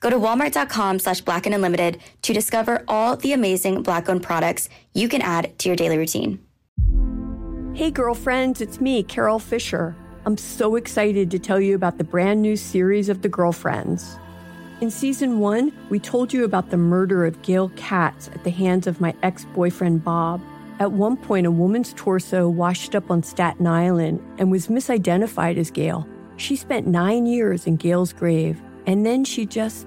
F: Go to walmart.com slash black and unlimited to discover all the amazing black owned products you can add to your daily routine.
G: Hey, girlfriends, it's me, Carol Fisher. I'm so excited to tell you about the brand new series of The Girlfriends. In season one, we told you about the murder of Gail Katz at the hands of my ex boyfriend, Bob. At one point, a woman's torso washed up on Staten Island and was misidentified as Gail. She spent nine years in Gail's grave, and then she just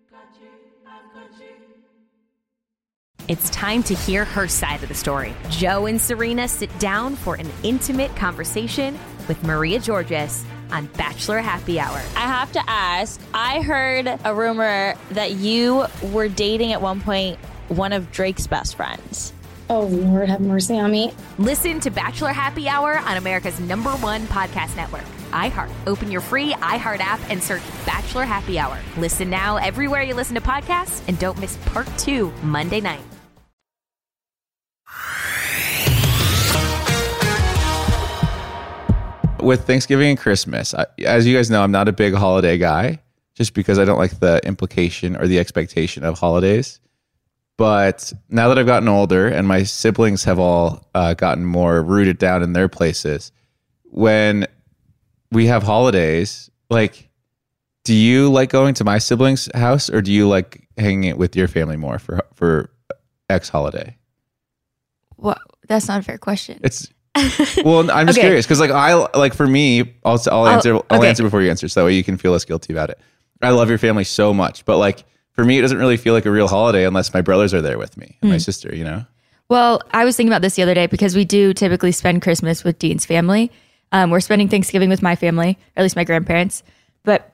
J: It's time to hear her side of the story. Joe and Serena sit down for an intimate conversation with Maria Georges on Bachelor Happy Hour.
H: I have to ask. I heard a rumor that you were dating at one point one of Drake's best friends.
J: Oh, Lord, have mercy on me. Listen to Bachelor Happy Hour on America's number one podcast network, iHeart. Open your free iHeart app and search Bachelor Happy Hour. Listen now everywhere you listen to podcasts and don't miss part two Monday night.
B: With Thanksgiving and Christmas, I, as you guys know, I'm not a big holiday guy just because I don't like the implication or the expectation of holidays. But now that I've gotten older and my siblings have all uh, gotten more rooted down in their places, when we have holidays, like, do you like going to my siblings' house or do you like hanging it with your family more for for X holiday?
C: Well, that's not a fair question.
B: It's well, I'm just
C: Okay.
B: curious because like I like for me, I'll I'll
C: Oh,
B: answer I'll
C: okay.
B: answer before you answer, so that way you can feel less guilty about it. I love your family so much, but like for me, it doesn't really feel like a real holiday unless my brothers are there with me and my
C: Mm.
B: sister. You know,
C: Well, I was thinking about this the other day because we do typically spend Christmas with Dean's family. Um, we're spending Thanksgiving with my family, or at least my grandparents. But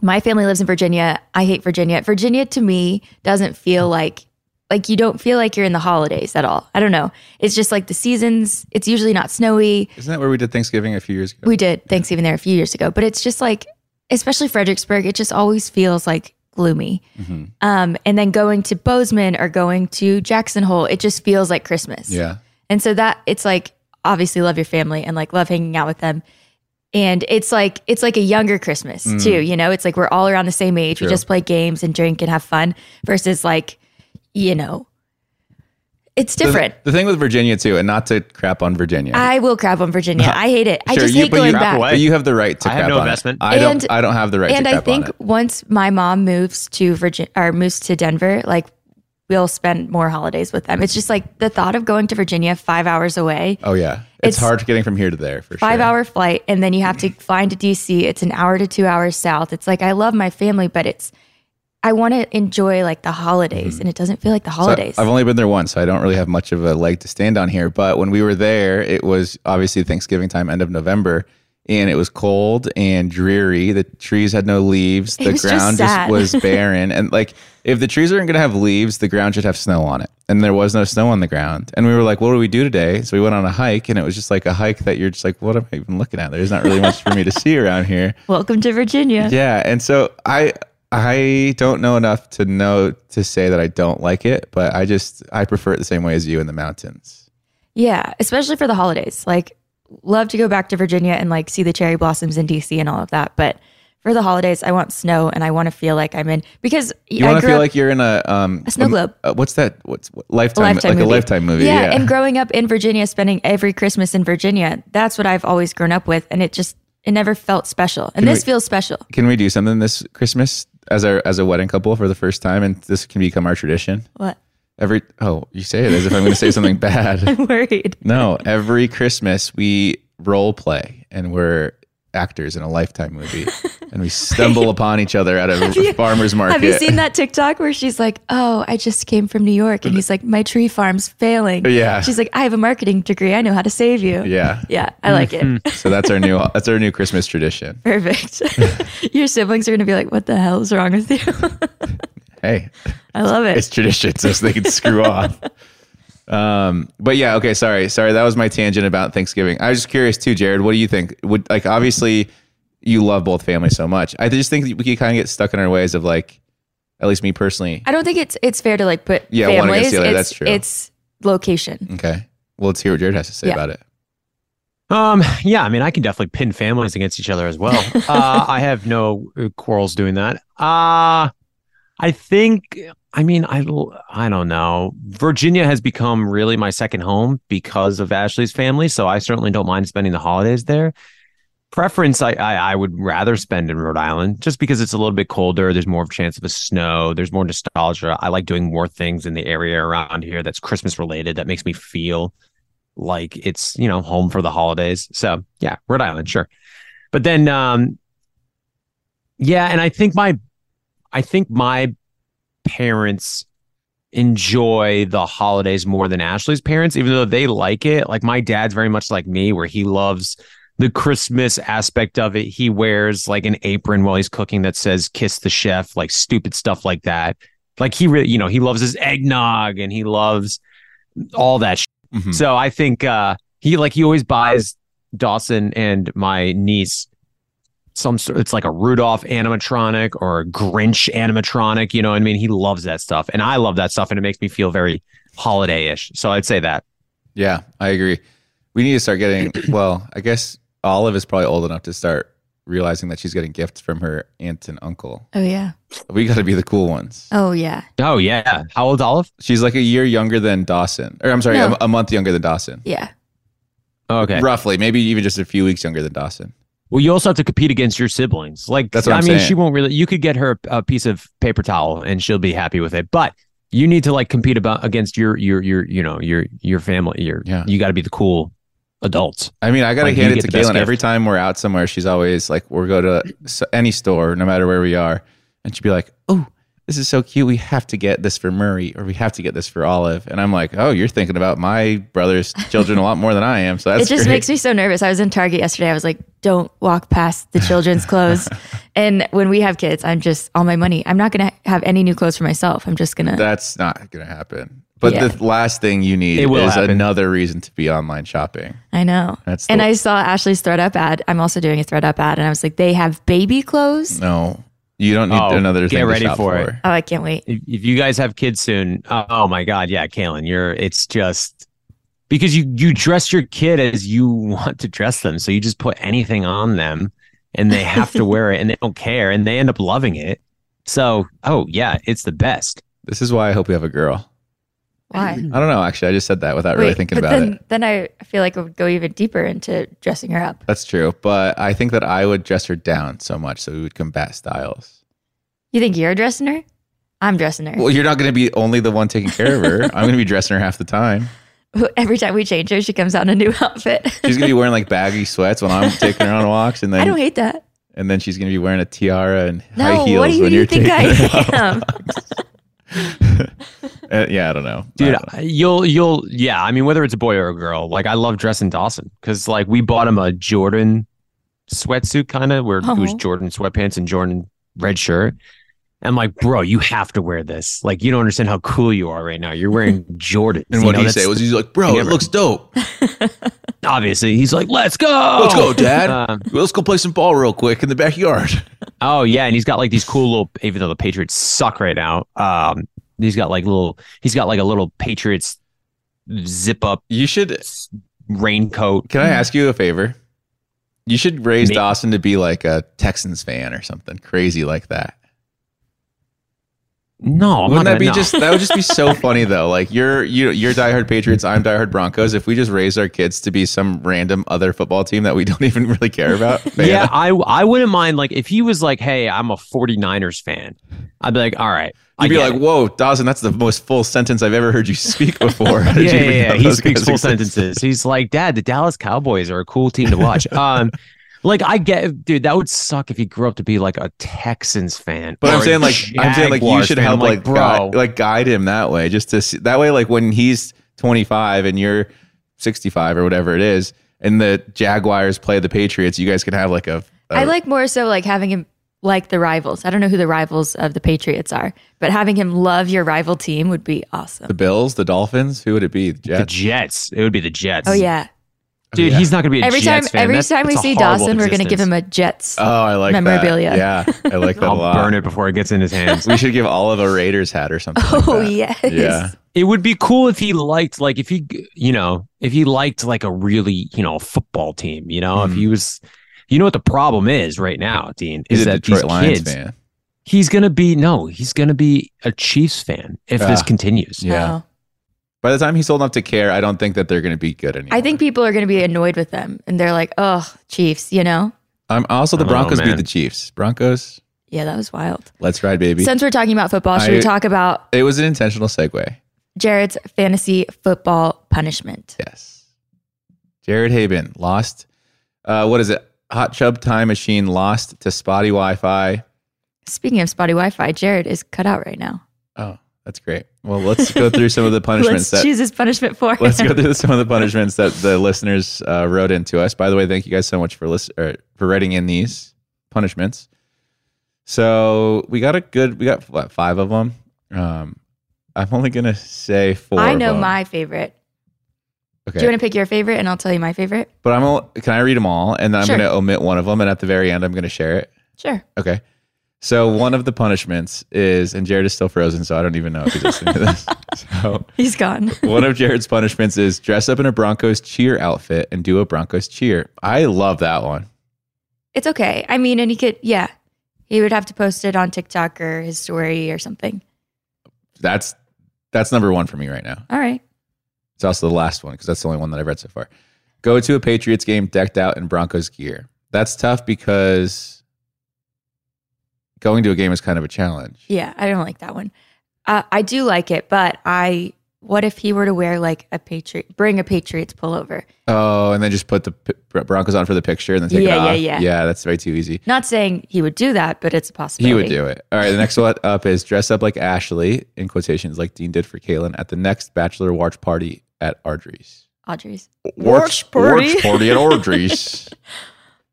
C: my family lives in Virginia. I hate Virginia. Virginia to me doesn't feel like like you don't feel like you're in the holidays at all. I don't know. It's just like the seasons. It's usually not snowy.
B: isn't that where we did Thanksgiving a few years ago?
C: We did Thanksgiving there a few years ago, but it's just like, especially Fredericksburg, it just always feels like gloomy.
B: Mhm.
C: Um, and then going to Bozeman or going to Jackson Hole, it just feels like Christmas.
B: Yeah,
C: And so that it's like obviously love your family and like love hanging out with them. And it's like it's like a younger Christmas
K: Mm.
C: too, you know? It's like we're all around the same age.
K: True.
C: We just play games and drink and have fun versus like, you know, it's
B: The-
C: different.
B: The, thing with Virginia too, and not to crap on Virginia.
C: I will crap on Virginia. I hate it. I
B: Sure,
C: just
B: you-
C: hate
B: but
C: going
B: you,
C: back.
B: But you have the right to
A: I have
B: crap
A: no
B: on
A: investment.
B: It. I don't.
C: And-
B: I don't have the right.
C: and
B: to
C: I
B: crap on
C: think
B: it.
C: once my mom moves to Virginia or moves to Denver, like we'll spend more holidays with them. It's just like the thought of going to Virginia five hours away,
B: Oh yeah, it's,
C: It's-
B: hard getting from here to there for
C: five
B: sure.
C: hour flight, and then you have to fly into DC. It's an hour to two hours south. It's like I love my family, but it's I want to enjoy like the holidays, and it doesn't feel like the
B: Mm-hmm. So
C: holidays.
B: I've only been there once, so I don't really have much of a leg to stand on here. But when we were there, it was obviously Thanksgiving time, end of November, and it was cold and dreary. The trees had no leaves.
C: It
B: The
C: was just
B: ground just,
C: sad.
B: was barren. and like, if the trees aren't going to have leaves, the ground should have snow on it. And there was no snow on the ground. And we were like, what do we do today? So we went on a hike, and it was just like a hike that you're just like, what am I even looking at? There's not really much for me to see around here.
C: Welcome to Virginia.
B: Yeah, and so I I don't know enough to know to say that I don't like it, but I just I prefer it the same way as you in the mountains.
C: Yeah, especially for the holidays. Like, love to go back to Virginia and like see the cherry blossoms in DC and all of that. But for the holidays, I want snow and I want to feel like I'm in because
B: You
C: I
B: want to
C: grew
B: feel
C: up-
B: like you're in a um
C: A snow
B: um,
C: globe.
B: uh, what's that? What's what, lifetime,
C: a lifetime
B: like
C: movie.
B: a lifetime movie?
C: Yeah,
B: Yeah,
C: and growing up in Virginia, spending every Christmas in Virginia, that's what I've always grown up with, and it just it never felt special.
B: Can
C: And this
B: we-
C: feels special.
B: can we do something this Christmas as our as a wedding couple for the first time, and this can become our tradition?
C: What?
B: Every oh, you say it as if I'm going to say something bad.
C: I'm worried.
B: No, every Christmas we role play and we're actors in a lifetime movie and we stumble upon each other at a
C: Have you-
B: farmer's market.
C: Have you seen that TikTok where she's like, "Oh, I just came from New York," and he's like, "My tree farm's failing."
B: Yeah.
C: She's like, "I have a marketing degree. I know how to save you."
B: Yeah.
C: Yeah, I like it.
B: so that's our new that's our new Christmas tradition.
C: Perfect. Your siblings are gonna be like, "What the hell is wrong with you?"
B: Hey,
C: I love it.
B: it's tradition so they can screw off. Um, but yeah, okay, sorry. Sorry, that was my tangent about Thanksgiving. I was just curious too, Jared, what do you think? Would like obviously you love both families so much. I just think we could kind of get stuck in our ways of like at least me personally.
C: I don't think it's it's fair to like put
B: Yeah, one against the
C: families.
B: other,
C: it's,
B: that's true.
C: It's location.
B: Okay. Well, let's hear what Jared has to say
C: Yeah.
B: about it.
A: Um, yeah, I mean, I can definitely pin families against each other as well. Uh, I have no uh, quarrels doing that. Uh, I think, I mean, I, l- I don't know. Virginia has become really my second home because of Ashley's family. So I certainly don't mind spending the holidays there. Preference, I, I, I would rather spend in Rhode Island just because it's a little bit colder. There's more of a chance of a snow. There's more nostalgia. I like doing more things in the area around here that's Christmas related that makes me feel like it's you know home for the holidays. So yeah, Rhode Island, sure. But then um yeah, and I think my I think my parents enjoy the holidays more than Ashley's parents, even though they like it. Like my dad's very much like me, where he loves the Christmas aspect of it. He wears like an apron while he's cooking that says kiss the chef, like stupid stuff like that. Like he really, you know, he loves his eggnog and he loves all that. Sh- So I think uh he like he always buys Dawson and my niece some sort it's like a Rudolph animatronic or a Grinch animatronic, you know what I mean? He loves that stuff. And I love that stuff and it makes me feel very holiday-ish. So I'd say that.
B: Yeah, I agree. We need to start getting, well, I guess Olive is probably old enough to start realizing that she's getting gifts from her aunt and uncle.
C: Oh yeah.
B: We got to be the cool ones.
C: Oh yeah.
A: Oh, yeah. How old Olive?
B: She's like a year younger than Dawson. Or I'm sorry,
C: No.
B: a, a month younger than Dawson.
C: Yeah.
A: Okay.
B: Roughly, maybe even just a few weeks younger than Dawson.
A: Well, you also have to compete against your siblings. Like
B: That's what
A: I
B: I'm
A: mean,
B: saying.
A: she won't really you could get her a piece of paper towel and she'll be happy with it. But you need to like compete about against your your your you know, your your family, your yeah. you got to be the cool adults.
B: I mean, I got to
A: Like, you
B: hand it
A: get
B: to
A: the best
B: Kaylin.
A: gift.
B: Every time we're out somewhere, she's always like, we'll go to s- any store, no matter where we are. And she'd be like, oh, this is so cute. We have to get this for Murray or we have to get this for Olive. And I'm like, oh, you're thinking about my brother's children a lot more than I am. So that's
C: it just
B: great.
C: makes me so nervous. I was in Target yesterday. I was like, don't walk past the children's clothes. And when we have kids, I'm just all my money. I'm not gonna have any new clothes for myself. I'm just gonna.
B: That's not going to happen. But
C: Yeah.
B: the last thing you need
A: It will
B: is
A: happen.
B: another reason to be online shopping.
C: I know.
B: That's the-
C: and I saw Ashley's thread up ad. I'm also doing a thread up ad, and I was like, they have baby clothes.
B: No, you don't need
A: Oh,
B: another
A: get
B: thing
A: ready
B: to shop
A: for
B: for.
A: it.
C: Oh, I can't wait.
A: if, if you guys have kids soon, oh, oh my god, yeah, Kalen, you're it's just because you you dress your kid as you want to dress them, so you just put anything on them, and they have to wear it, and they don't care, and they end up loving it. So, oh yeah, it's the best.
B: This is why I hope you have a girl.
C: Why?
B: I don't know. Actually, I just said that without really
C: Wait,
B: thinking
C: but
B: about
C: then,
B: it.
C: Then I feel like I would go even deeper into dressing her up.
B: That's true. But I think that I would dress her down so much so we would combat styles.
C: You think you're dressing her? I'm dressing her.
B: Well, you're not going to be only the one taking care of her. I'm going to be dressing her half the time.
C: Every time we change her, she comes out in a new outfit.
B: She's going to be wearing like baggy sweats when I'm taking her on walks, and
C: I don't
B: then
C: hate that.
B: and then she's going to be wearing a tiara and
C: No,
B: high heels
C: what do you,
B: when
C: do you
B: you're
C: think
B: taking her
C: I
B: on
C: am?
B: Uh, yeah, I don't know.
A: Dude, you'll you'll yeah. I mean, whether it's a boy or a girl, like I love dressing Dawson because like we bought him a Jordan sweatsuit kind of where it was
H: Uh-huh.
A: Jordan sweatpants and Jordan red shirt. I'm like, bro, you have to wear this. Like, you don't understand how cool you are right now. You're wearing Jordan.
B: And what did he say? Was he like, bro, it looks dope.
A: Obviously, he's like, let's go.
B: Let's go, Dad.
A: Um,
B: Let's go play some ball real quick in the backyard.
A: Oh yeah, and he's got like these cool little. Even though the Patriots suck right now, um, he's got like little. He's got like a little Patriots zip up.
B: You should
A: raincoat.
B: Can I ask you a favor? You should raise Dawson to be like a Texans fan or something crazy like that.
A: No, I'm
B: Wouldn't
A: not
B: that be
A: gonna- no.
B: just that would just be so funny though? Like you're you you're diehard Patriots, I'm diehard Broncos. If we just raise our kids to be some random other football team that we don't even really care about, fan
A: Yeah, I I wouldn't mind like if he was like, "Hey, I'm a 49ers fan." I'd be like, "All right."
B: You'd
A: I
B: be
A: get
B: like,
A: it."
B: "Whoa, Dawson, that's the most full sentence I've ever heard you speak before." How did
A: yeah,
B: you
A: yeah,
B: even
A: yeah.
B: know
A: He
B: those
A: speaks
B: guys
A: full
B: exist?
A: sentences. He's like, Dad, the Dallas Cowboys are a cool team to watch. Um, like I get, dude, that would suck if he grew up to be like a Texans fan.
B: But I'm
A: or a
B: saying like I'm saying like you
A: Jaguars
B: should
A: fan.
B: help
A: I'm
B: like,
A: bro.
B: gui- like guide him that way just to see, that way like when he's 25 and you're 65 or whatever it is and the Jaguars play the Patriots, you guys can have like a, a
C: I like more so like having him like the rivals. I don't know who the rivals of the Patriots are, but having him love your rival team would be awesome.
B: the Bills, the Dolphins, who would it be? The Jets. The
A: Jets. It would be the Jets.
C: Oh yeah.
A: dude, he's not gonna be a
C: Every
A: Jets
C: time
A: fan.
C: every
A: That's-
C: time we
A: that's a
C: see
A: horrible
C: Dawson, we're gonna give him
A: existence.
C: a Jets
B: Oh, I like that.
C: memorabilia.
B: Yeah, I like that a
A: I'll
B: lot.
A: burn it before it gets in his hands.
B: we should give Olive a Raiders hat or something. like
C: Oh
B: that.
C: yes.
B: Yeah.
A: It would be cool if he liked, like, if he, you know, if he liked, like, a really, you know, football team, you know, if
B: Hmm.
A: he was, you know what the problem is right now, Dean,
B: He's
A: is
B: a
A: that
B: Detroit
A: these
B: Lions
A: kids,
C: Oh.
B: fan.
A: he's going to be, no, he's going to be a Chiefs fan if this
B: Ah,
A: continues.
B: yeah.
C: Oh.
B: By the time he's old enough to care, I don't think that they're going to be good anymore.
C: I think people are gonna be annoyed with them and they're like, Oh, Chiefs, you know?
B: I'm also the
A: Oh,
B: Broncos beat
A: man.
B: the Chiefs. Broncos,
C: Yeah, that was wild.
B: let's ride, baby.
C: Since we're talking about football, should
B: I-
C: we talk about
B: it was an intentional segue.
C: Jared's fantasy football punishment?
B: Yes. Jared Haben lost. Uh, what is it? Hot Chub Time Machine lost to spotty Wi Fi.
C: Speaking of spotty Wi Fi, Jared is cut out right now.
B: Oh, that's great. Well, let's go through some of the punishments that.
C: Let's choose his punishment for him.
B: Let's go through some of the punishments that the listeners uh, wrote into us. By the way, thank you guys so much for list- or for writing in these punishments. So we got a good. We got what, five of them. Um, I'm only gonna say four.
C: I
B: of
C: know
B: 'em.
C: my favorite.
B: Okay.
C: Do you want to pick your favorite and I'll tell you my favorite?
B: but I'm. al- Can I read them all? And then I'm
C: Sure.
B: gonna omit one of them, and at the very end, I'm gonna share it.
C: Sure.
B: Okay. So one of the punishments is, and Jared is still frozen, so I don't even know if he's listening to this. So
C: He's gone.
B: one of Jared's punishments is dress up in a Broncos cheer outfit and do a Broncos cheer. I love that one.
C: It's okay. I mean, and he could, yeah, he would have to post it on TikTok or his story or something.
B: That's that's number one for me right now.
C: All right.
B: It's also the last one because that's the only one that I've read so far. Go to a Patriots game decked out in Broncos gear. That's tough because going to a game is kind of a challenge.
C: Yeah, I don't like that one. Uh, I do like it, but I, what if he were to wear like a Patriot, bring a Patriots pullover?
B: Oh, and then just put the p- Broncos on for the picture and then take
C: Yeah,
B: it
C: yeah,
B: off.
C: yeah.
B: Yeah, that's way too easy.
C: Not saying he would do that, but it's a possibility.
B: He would do it. All right. The next one up is dress up like Ashley in quotations, like Dean did for Kaylin at the next bachelor watch party at Ardry's.
C: Audrey's.
B: Watch party. Watch party at Ardry's.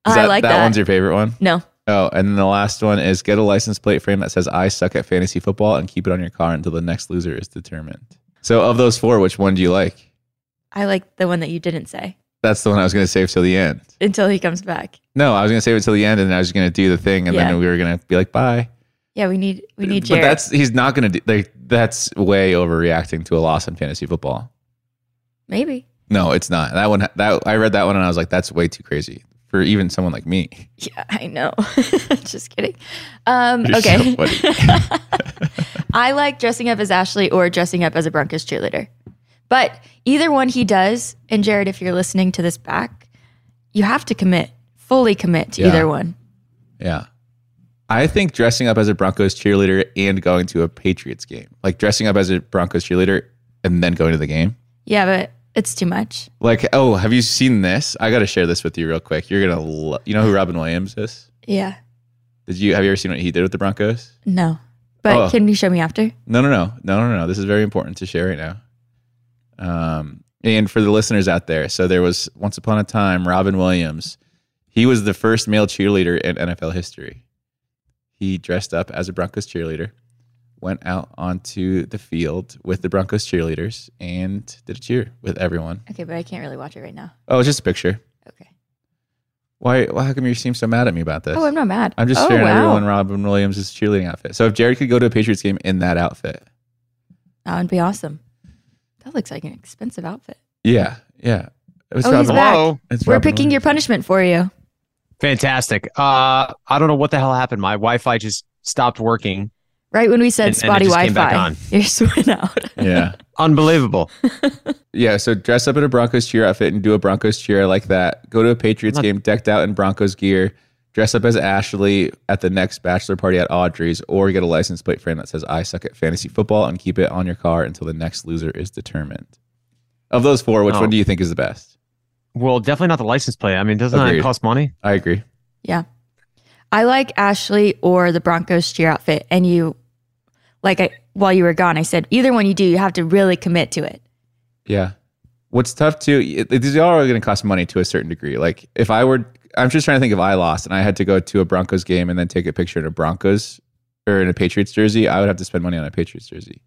C: I like that.
B: one's your favorite one.
C: No.
B: Oh, and then the last one is get a license plate frame that says "I suck at fantasy football" and keep it on your car until the next loser is determined. So, of those four, which one do you like?
C: I like the one that you didn't say
B: That's the one I was going to save till the end.
C: until he comes back.
B: No, I was going to save it till the end, and I was going to do the thing, and
C: Yeah.
B: then we were going to be like, "Bye."
C: Yeah, we need, we need
B: But
C: Jared.
B: that's he's not going to do. Like, that's way overreacting to a loss in fantasy football.
C: Maybe.
B: No, it's not. That one. That I read that one and I was like, that's way too crazy for even someone like me.
C: Yeah, I know. Just kidding. Um,
B: You're
C: okay.
B: so funny.
C: I like dressing up as Ashley or dressing up as a Broncos cheerleader. But either one he does, and Jared, if you're listening to this back, you have to commit, fully commit to
B: Yeah.
C: either one.
B: Yeah, I think dressing up as a Broncos cheerleader and going to a Patriots game, like dressing up as a Broncos cheerleader and then going to the game.
C: Yeah, but it's too much.
B: Like, oh, have you seen this? I got to share this with you real quick. You're gonna, lo- you know who Robin Williams is?
C: Yeah.
B: Did you have you ever seen what he did with the Broncos?
C: No. But
B: Oh.
C: can you show me after?
B: No, no, no, no, no, no. This is very important to share right now. Um, and for the listeners out there, so there was once upon a time Robin Williams. He was the first male cheerleader in NFL history. He dressed up as a Broncos cheerleader, went out onto the field with the Broncos cheerleaders, and did a cheer with everyone.
C: Okay, but I can't really watch it right now.
B: Oh, it's just a picture.
C: Okay.
B: Why? Why? How come you seem so mad at me about this?
C: Oh, I'm not mad.
B: I'm just
C: oh,
B: sharing everyone Robin Williams' cheerleading outfit. So if Jared could go to a Patriots game in that outfit,
C: That would be awesome. That looks like an expensive outfit.
B: yeah, yeah. It was
C: oh, he's
B: Robin-
C: back.
B: It's
C: We're
B: Robin
C: picking your punishment for you.
A: Fantastic. Uh, I don't know what the hell happened. My Wi-Fi just stopped working.
C: Right when we said
A: And- and it
C: spotty
A: just
C: Wi
A: came back
C: Fi,
A: on.
C: you just went out.
B: Yeah.
A: Unbelievable.
B: yeah. So dress up in a Broncos cheer outfit and do a Broncos cheer like that. Go to a Patriots game decked out in Broncos gear. Dress up as Ashley at the next bachelor party at Audrey's or get a license plate frame that says I suck at fantasy football and keep it on your car until the next loser is determined. Of those four, which
A: Oh.
B: one do you think is the best?
A: Well, definitely not the license plate. I mean, doesn't
B: Agreed.
A: that cost money?
B: I agree.
C: Yeah. I like Ashley or the Broncos cheer outfit. And you, like, I, while you were gone, I said, either one you do, you have to really commit to it.
B: Yeah. What's tough too, it- it- these are going to cost money to a certain degree. Like if I were, I'm just trying to think if I lost and I had to go to a Broncos game and then take a picture in a Broncos or in a Patriots jersey, I would have to spend money on a Patriots jersey,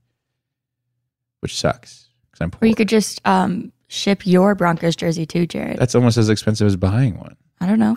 B: which sucks because I'm
C: Or
B: poor.
C: you could just um, ship your Broncos jersey too, Jared.
B: That's almost as expensive as buying one.
C: I don't know.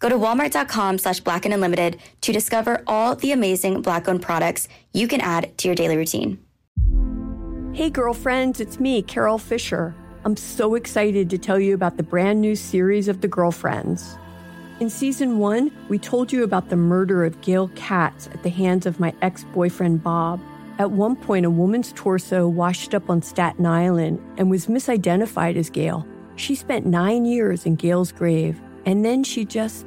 F: Go to walmart.com slash black and unlimited to discover all the amazing black owned products you can add to your daily routine.
G: Hey, girlfriends, it's me, Carol Fisher. I'm so excited to tell you about the brand new series of The Girlfriends. In season one, we told you about the murder of Gail Katz at the hands of my ex boyfriend, Bob. At one point, a woman's torso washed up on Staten Island and was misidentified as Gail. She spent nine years in Gail's grave, and then she just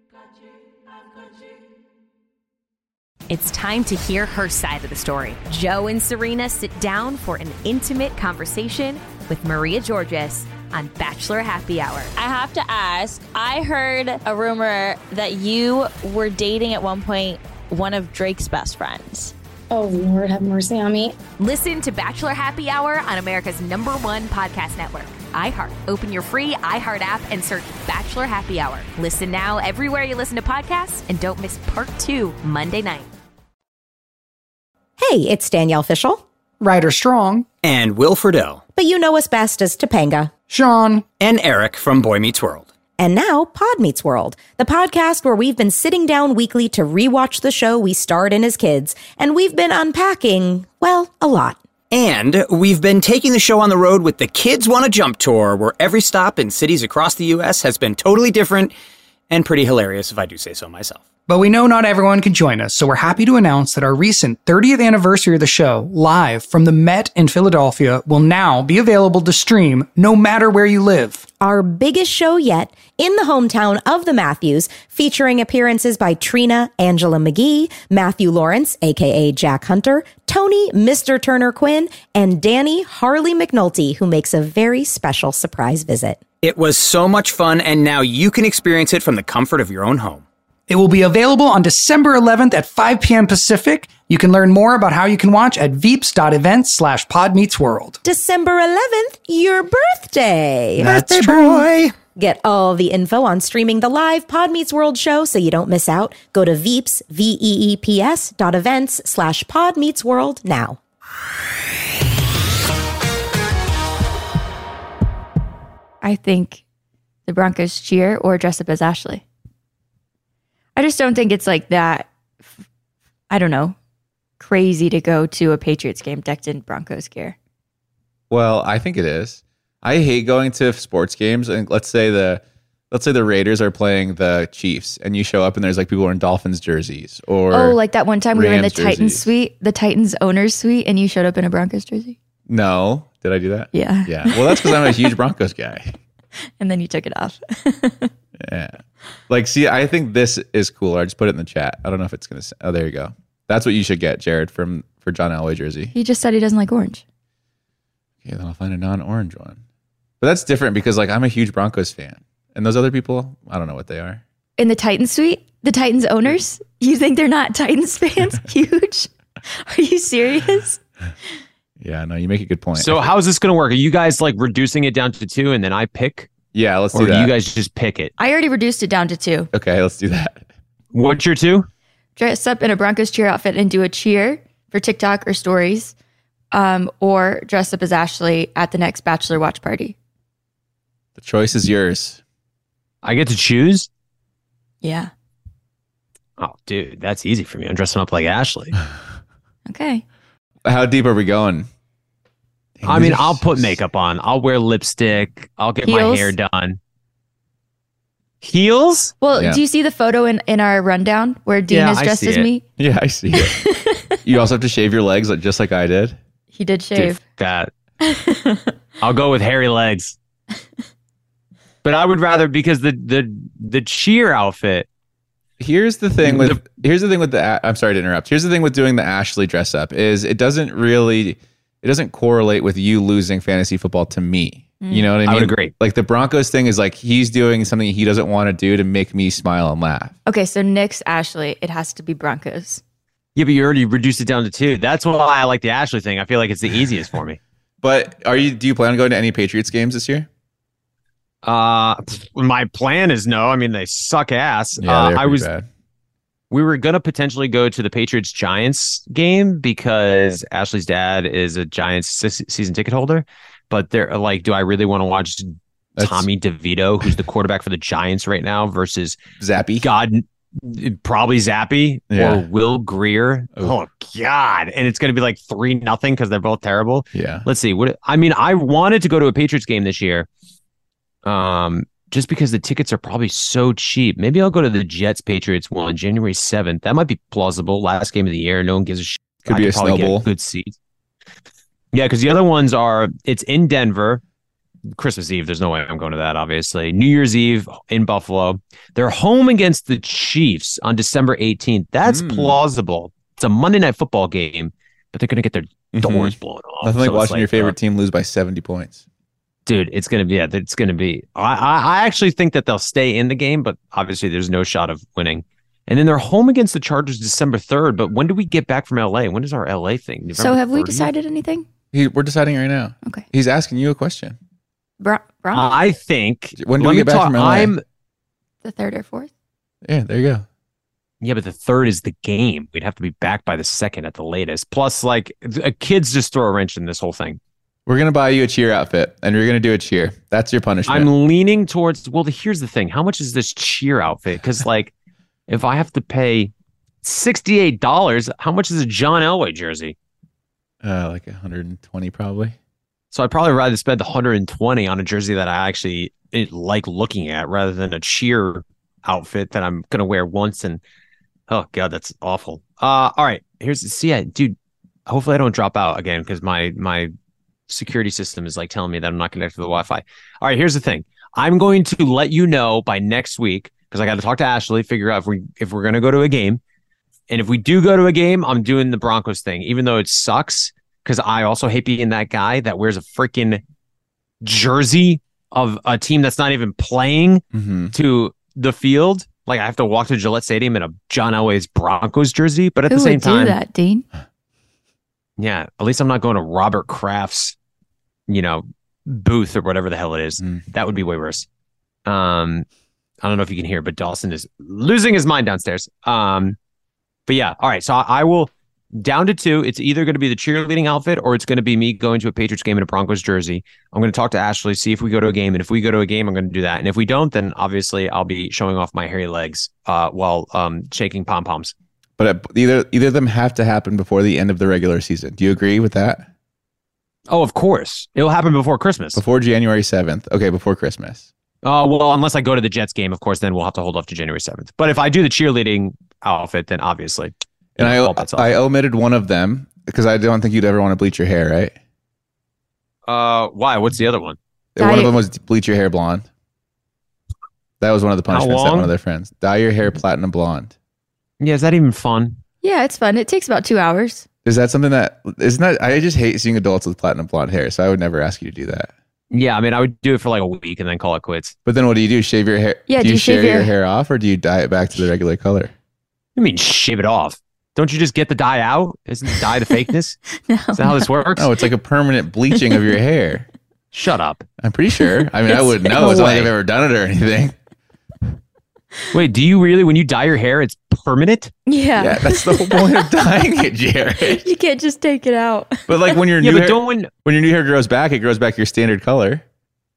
J: It's time to hear her side of the story. Joe and Serena sit down for an intimate conversation with Maria Georges on Bachelor Happy Hour.
H: I have to ask. I heard a rumor that you were dating at one point one of Drake's best friends.
K: Oh, Lord, have mercy on me.
J: Listen to Bachelor Happy Hour on America's number one podcast network, iHeart. Open your free iHeart app and search Bachelor Happy Hour. Listen now everywhere you listen to podcasts and don't miss part two Monday night.
L: Hey, it's Danielle Fishel. Ryder Strong.
M: and Will Friedle,
L: But you know us best as Topanga.
M: Sean, and Eric from Boy Meets World.
L: And now Pod Meets World, the podcast where we've been sitting down weekly to rewatch the show we starred in as kids, and we've been unpacking, well, a lot.
M: And we've been taking the show on the road with the Kids Wanna Jump Tour, where every stop in cities across the U.S. has been totally different and pretty hilarious, if I do say so myself.
N: But we know not everyone can join us, so we're happy to announce that our recent 30th anniversary of the show, live from the Met in Philadelphia, will now be available to stream no matter where you live.
L: Our biggest show yet in the hometown of the Matthews, featuring appearances by Trina, Angela McGee, Matthew Lawrence, aka Jack Hunter, Tony, Mr. Turner Quinn, and Danny Harley McNulty, who makes a very special surprise visit.
M: It was so much fun, and now you can experience it from the comfort of your own home.
N: It will be available on December 11th at 5 p.m. Pacific. You can learn more about how you can watch at veeps.events slash podmeetsworld.
L: December 11th, your birthday.
N: That's
L: birthday
N: true. boy.
L: Get all the info on streaming the live Pod Meets World show so you don't miss out. Go to Veeps, V E E P S dot events slash Pod Meets World now.
C: I think the Broncos cheer or dress up as Ashley. I just don't think it's like that. I don't know, crazy to go to a Patriots game decked in Broncos gear.
B: Well, I think it is. I hate going to sports games, and let's say the let's say the Raiders are playing the Chiefs, and you show up and there's like people in Dolphins jerseys or
C: oh, like that one time we were in the
B: Rams
C: Titans
B: jerseys.
C: suite, the Titans owner's suite, and you showed up in a Broncos jersey,
B: No, did I do that?
C: Yeah.
B: yeah. Well, that's because I'm a huge Broncos guy.
C: and then you took it off.
B: Yeah. Like, see, I think this is cooler. I just put it in the chat. I don't know if it's gonna. s- Oh, there you go. That's what you should get, Jared, from for John Elway jersey.
C: He just said he doesn't like orange.
B: Okay, then I'll find a non-orange one. But that's different because like I'm a huge Broncos fan, and those other people, I don't know what they are.
C: In the Titans suite, the Titans owners, you think they're not Titans fans? Huge? Are you serious?
B: Yeah, no, you make a good point.
A: So how is this going to work? Are you guys like reducing it down to two and then I pick?
B: Yeah, let's do
A: or
B: that.
A: you guys just pick it.
C: I already reduced it down to two.
B: Okay, let's do that.
A: What's your two?
C: dress up in a Broncos cheer outfit and do a cheer for TikTok or stories, um, or dress up as Ashley at the next bachelor watch party.
B: The choice is yours.
A: I get to choose.
C: Yeah.
A: Oh, dude, that's easy for me. I'm dressing up like Ashley.
C: Okay.
B: How deep are we going?
A: I mean, I'll put makeup on. I'll wear lipstick. I'll get my
C: Heels?
A: hair done. Heels?
C: Well, do you see the photo in, in our rundown where Dean is dressed as me?
B: Yeah, I see it. you also have to shave your legs, like just like I did.
C: He did shave.
A: that. I'll go with hairy legs. But I would rather because the the the cheer outfit.
B: Here's the thing with here's the thing with the A- I'm sorry to interrupt. Here's the thing with doing the Ashley dress up is it doesn't really it doesn't correlate with you losing fantasy football to me. You know what I mean?
A: I would agree.
B: Like the Broncos thing is like he's doing something he doesn't want to do to make me smile and laugh.
C: Okay, so Nick's Ashley, it has to be Broncos.
A: Yeah, but you already reduced it down to two. That's why I like the Ashley thing. I feel like it's the easiest for me.
B: But are you do you plan on going to any Patriots games this year?
A: Uh my plan is no. I mean, they suck ass.
B: Yeah,
A: Uh,
B: they're
A: I
B: pretty
A: was
B: bad.
A: we were gonna potentially go to the Patriots Giants game because Ashley's dad is a Giants se- season ticket holder, but they're uh, like, do I really want to watch Tommy DeVito, who's the quarterback for the Giants right now, versus
B: Zappy?
A: God, probably Zappy
B: Yeah.
A: or Will Greer. Oh God! And it's gonna be like three nothing because they're both terrible.
B: Yeah.
A: Let's see. What I mean, I wanted to go to a Patriots game this year, um, just because the tickets are probably so cheap. Maybe I'll go to the Jets Patriots one, January seventh. That might be plausible. Last game of the year, no one gives a shit.
B: Could
A: I
B: be a
A: probably get
B: snowball.
A: Good seats. Yeah, because the other ones are it's in Denver. Christmas Eve, there's no way I'm going to that, obviously. New Year's Eve in Buffalo. They're home against the Chiefs on December 18th.
B: Hmm.
A: That's plausible. It's a Monday night football game, but they're going to get their doors blown off.
B: Nothing like
A: So it's
B: Mm-hmm. watching your favorite
A: uh,
B: team lose by 70 points.
A: dude, it's going to be, yeah, it's going to be. I, I, I actually think that they'll stay in the game, but obviously there's no shot of winning. And then they're home against the Chargers December 3rd. But when do we get back from LA? When is our LA thing?
C: so
A: November
C: have we
A: 30th?
C: decided anything?
B: He, we're deciding right now.
C: Okay.
B: He's asking you a question.
C: Bron- Broncos,
A: I think.
B: When do
A: let
B: we
A: me
B: get back
A: talk-
B: from LA?
A: I'm,
C: the third or fourth?
B: Yeah, there you go.
A: Yeah, but the third is the game. We'd have to be back by the second at the latest. Plus, like, th- uh, kids just throw a wrench in this whole thing.
B: We're gonna buy you a cheer outfit, and you're gonna do a cheer. That's your punishment.
A: I'm leaning towards, well, the, here's the thing how much is this cheer outfit? Because, like, if I have to pay $68, how much is a John Elway jersey?
B: uh, like 120 probably.
A: So I'd probably rather spend the 120 on a jersey that I actually eh, like looking at rather than a cheer outfit that I'm going to wear once and oh god, that's awful. Uh all right, here's see I dude, hopefully I don't drop out again cuz my my security system is like telling me that I'm not connected to the Wi-Fi. All right, here's the thing. I'm going to let you know by next week cuz I got to talk to Ashley, figure out if we if we're going to go to a game. And if we do go to a game, I'm doing the Broncos thing, even though it sucks because I also hate being that guy that wears a freaking Mm-hmm. jersey of a team that's not even playing to the field. Like I have to walk to Gillette Stadium in a John Elway's Broncos jersey, but at
C: Who
A: the same
C: would
A: time,
C: do that, Dean?
A: yeah, at least I'm not going to Robert Kraft's, you know, booth or whatever the hell it is. That would be way worse. Um, I don't know if you can hear, but Dawson is losing his mind downstairs. Um, but yeah, all right. So I, I will down to two. It's either going to be the cheerleading outfit or it's going to be me going to a Patriots game in a Broncos jersey. I'm going to talk to Ashley, see if we go to a game, and if we go to a game, I'm going to do that. And if we don't, then obviously I'll be showing off my hairy legs uh, while um, shaking pom poms.
B: But uh, either either of them have to happen before the end of the regular season. Do you agree with that?
A: Oh, of course, it'll happen before Christmas.
B: Before January seventh. Okay, before Christmas.
A: Uh, well, unless I go to the Jets game, of course, then we'll have to hold off to January 7th. But if I do the cheerleading outfit, then obviously.
B: And I
A: all bets off.
B: I omitted one of them because I don't think you'd ever want to bleach your hair, right?
A: Uh, why? What's the other one?
B: one of them was bleach your hair blonde. That was one of the punishments that
A: long?
B: one of their friends dye your hair platinum blonde.
A: Yeah, is that even fun?
C: Yeah, it's fun. It takes about two hours.
B: Is that something that isn't that? I just hate seeing adults with platinum blonde hair, so I would never ask you to do that.
A: Yeah, I mean, I would do it for like a week and then call it quits.
B: But then what do you do? Shave your hair?
A: Yeah,
B: do you, shave your hair off or do you dye it back to the regular color?
A: You mean shave it off? Don't you just get the dye out? Isn't the dye the fakeness? Is that how this works?
B: No, it's like a permanent bleaching of your hair.
A: Shut up.
B: I'm pretty sure. I mean, I wouldn't know. It's not like I've ever done it or anything.
A: Wait, do you really? When you dye your hair, it's permanent.
C: Yeah.
B: that's the whole point of dyeing it, Jared.
C: you can't just take it out.
B: But like when your
A: Yeah,
B: new
A: but
B: hair,
A: don't when,
B: your new hair grows back, it grows back your standard color.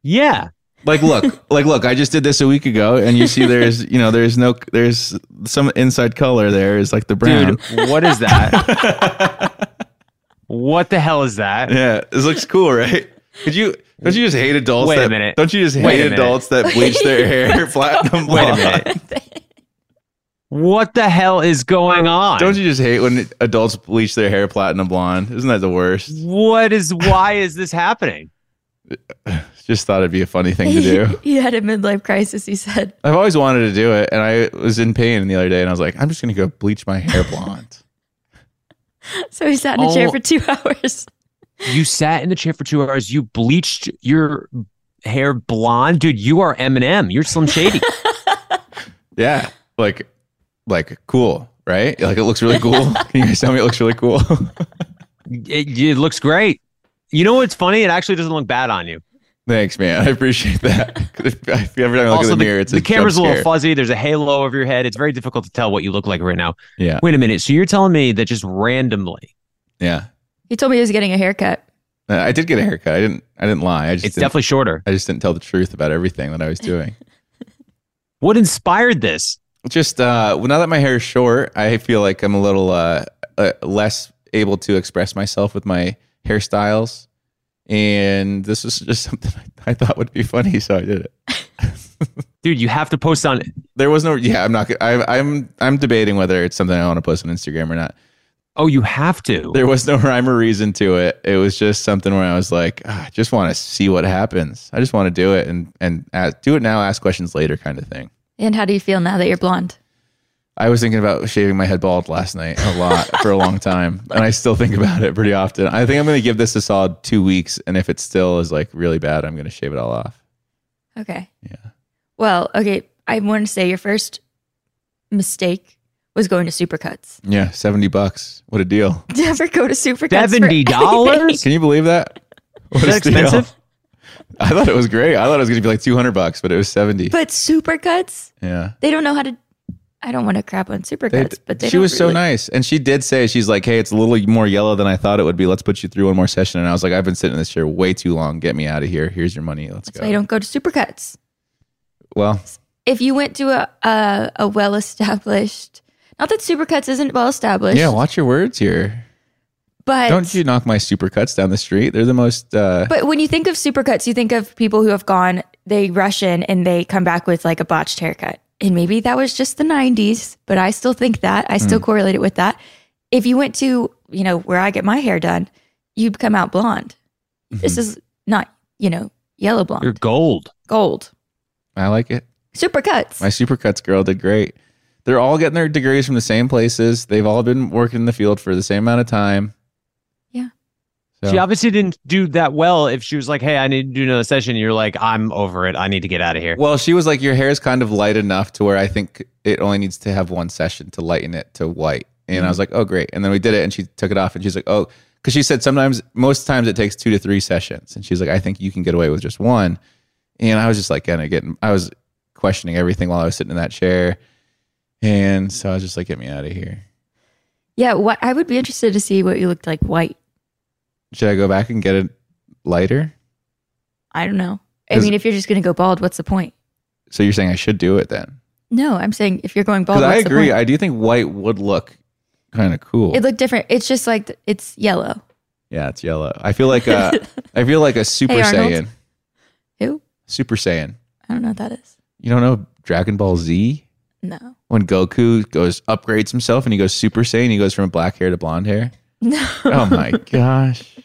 A: Yeah.
B: Like look, like look, I just did this a week ago, and you see, there's you know, there's no, there's some inside color there is like the brown.
A: Dude, what is that? what the hell is that?
B: Yeah, this looks cool, right? Could you? Don't you just hate adults?
A: Wait a
B: that,
A: minute.
B: Don't you just
A: Wait a
B: hate
A: minute.
B: adults that bleach their hair platinum blonde?
A: Wait a minute. What the hell is going on?
B: Don't you just hate when adults bleach their hair platinum blonde? Isn't that the worst?
A: What is? Why is this happening?
B: Just thought it'd be a funny thing to do.
C: he had a midlife crisis, he said.
B: I've always wanted to do it, and I was in pain the other day, and I was like, I'm just gonna go bleach my hair blonde.
C: So he sat in a chair
A: Oh.
C: for two hours.
A: You sat in the chair for two hours. You bleached your hair blonde, dude. You are Eminem. You're Slim Shady.
B: yeah, like, like cool, right? Like it looks really cool. Can you guys tell me it looks really cool?
A: it, it looks great. You know what's funny? It actually doesn't look bad on you.
B: Thanks, man. I appreciate that. if, if you ever look in the mirror, it's a jump
A: camera's a little
B: scare.
A: fuzzy. There's a halo over your head. It's very difficult to tell what you look like right now.
B: Yeah.
A: Wait a minute. So you're telling me that just randomly?
B: Yeah.
C: He told me he was getting a haircut.
B: Uh, I did get a haircut. I didn't. I didn't lie. I just
A: It's
B: didn't-
A: definitely shorter.
B: I just didn't tell the truth about everything that I was doing.
A: What inspired this?
B: Just uh, well, now that my hair is short, I feel like I'm a little uh, uh, less able to express myself with my hairstyles, and this is just something I, I thought would be funny, so I did it.
A: Dude, you have to post on
B: There was no. Yeah, I'm not. gonna- I, I'm. I'm debating whether it's something I want to post on Instagram or not.
A: Oh, you have to.
B: There was no rhyme or reason to it. It was just something where I was like, "Ah, I just want to see what happens. I just want to do it and and ask, do it now, ask questions later, kind of thing.
C: And how do you feel now that you're blonde?
B: I was thinking about shaving my head bald last night a lot for a long time, and I still think about it pretty often. I think I'm going to give this a solid two weeks, and if it still is like really bad, I'm going to shave it all off.
C: Okay. Yeah. Well, okay. I want to say your first mistake was going to Supercuts.
B: Yeah, seventy bucks. What a deal!
C: Never go to Supercuts. for anything.
B: Can you believe that? What
C: Is
B: a
C: that
B: steal.
C: expensive?
B: I thought it was great. I thought it was going to be like two hundred bucks, but it was seventy.
C: But Supercuts,
B: yeah.
C: they don't know how to. I don't want to crap on
B: They-
C: Supercuts, but they
B: she
C: don't
B: was so
C: really-
B: nice, and she did say she's like, "Hey, it's a little more yellow than I thought it would be. Let's put you through one more session." And I was like, "I've been sitting in this chair way too long. Get me out of here. Here's your money. Let's
C: That's
B: go."
C: why you don't go to Supercuts.
B: Well,
C: If you went to a a, a well established, not that Supercuts isn't well established,
B: yeah. Watch your words here.
C: but
B: Don't you knock my supercuts down the street? They're the most. Uh,
C: But when you think of supercuts, you think of people who have gone, they rush in and they come back with like a botched haircut. And maybe that was just the 90s, but I still think that. I still
O: Mm.
C: correlate it with that. If you went to, you know, where I get my hair done, you'd come out blonde.
B: Mm-hmm.
C: This is not, you know, yellow blonde,
A: You're gold.
C: gold.
B: I like it.
C: Supercuts.
B: My supercuts girl did great. They're all getting their degrees from the same places. They've all been working in the field for the same amount of time.
C: Yeah.
A: She obviously didn't do that well if she was like, hey, I need to do another session. You're like, I'm over it. I need to get out of here.
B: Well, she was like, your hair is kind of light enough to where I think it only needs to have one session to lighten it to white. And I was like, oh, great. And then we did it and she took it off and she's like, oh, because she said sometimes, most times it takes two to three sessions. And she's like, I think you can get away with just one. And I was just like, kind of getting, I was questioning everything while I was sitting in that chair. And so I was just like, get me out of here.
C: Yeah, what I would be interested to see what you looked like white.
B: Should I go back and get it lighter?
C: I don't know. I
B: Is-
C: mean, if you're just going to go bald, what's the point?
B: So you're saying I should do it then?
C: No, I'm saying if you're going bald,
B: Because I
C: what's
B: agree.
C: the
B: I do think white would look kind of cool.
C: point? It looked different. It's just like th- it's yellow.
B: yeah, it's yellow. I feel like a, I feel like a Super
C: Hey, Arnold.
B: Saiyan.
C: Who?
B: Super Saiyan.
C: I don't know what that is.
B: You don't know Dragon Ball Z?
C: No.
B: When Goku goes upgrades himself and he goes Super Saiyan, he goes from black hair to blonde hair.
C: No.
B: Oh my gosh.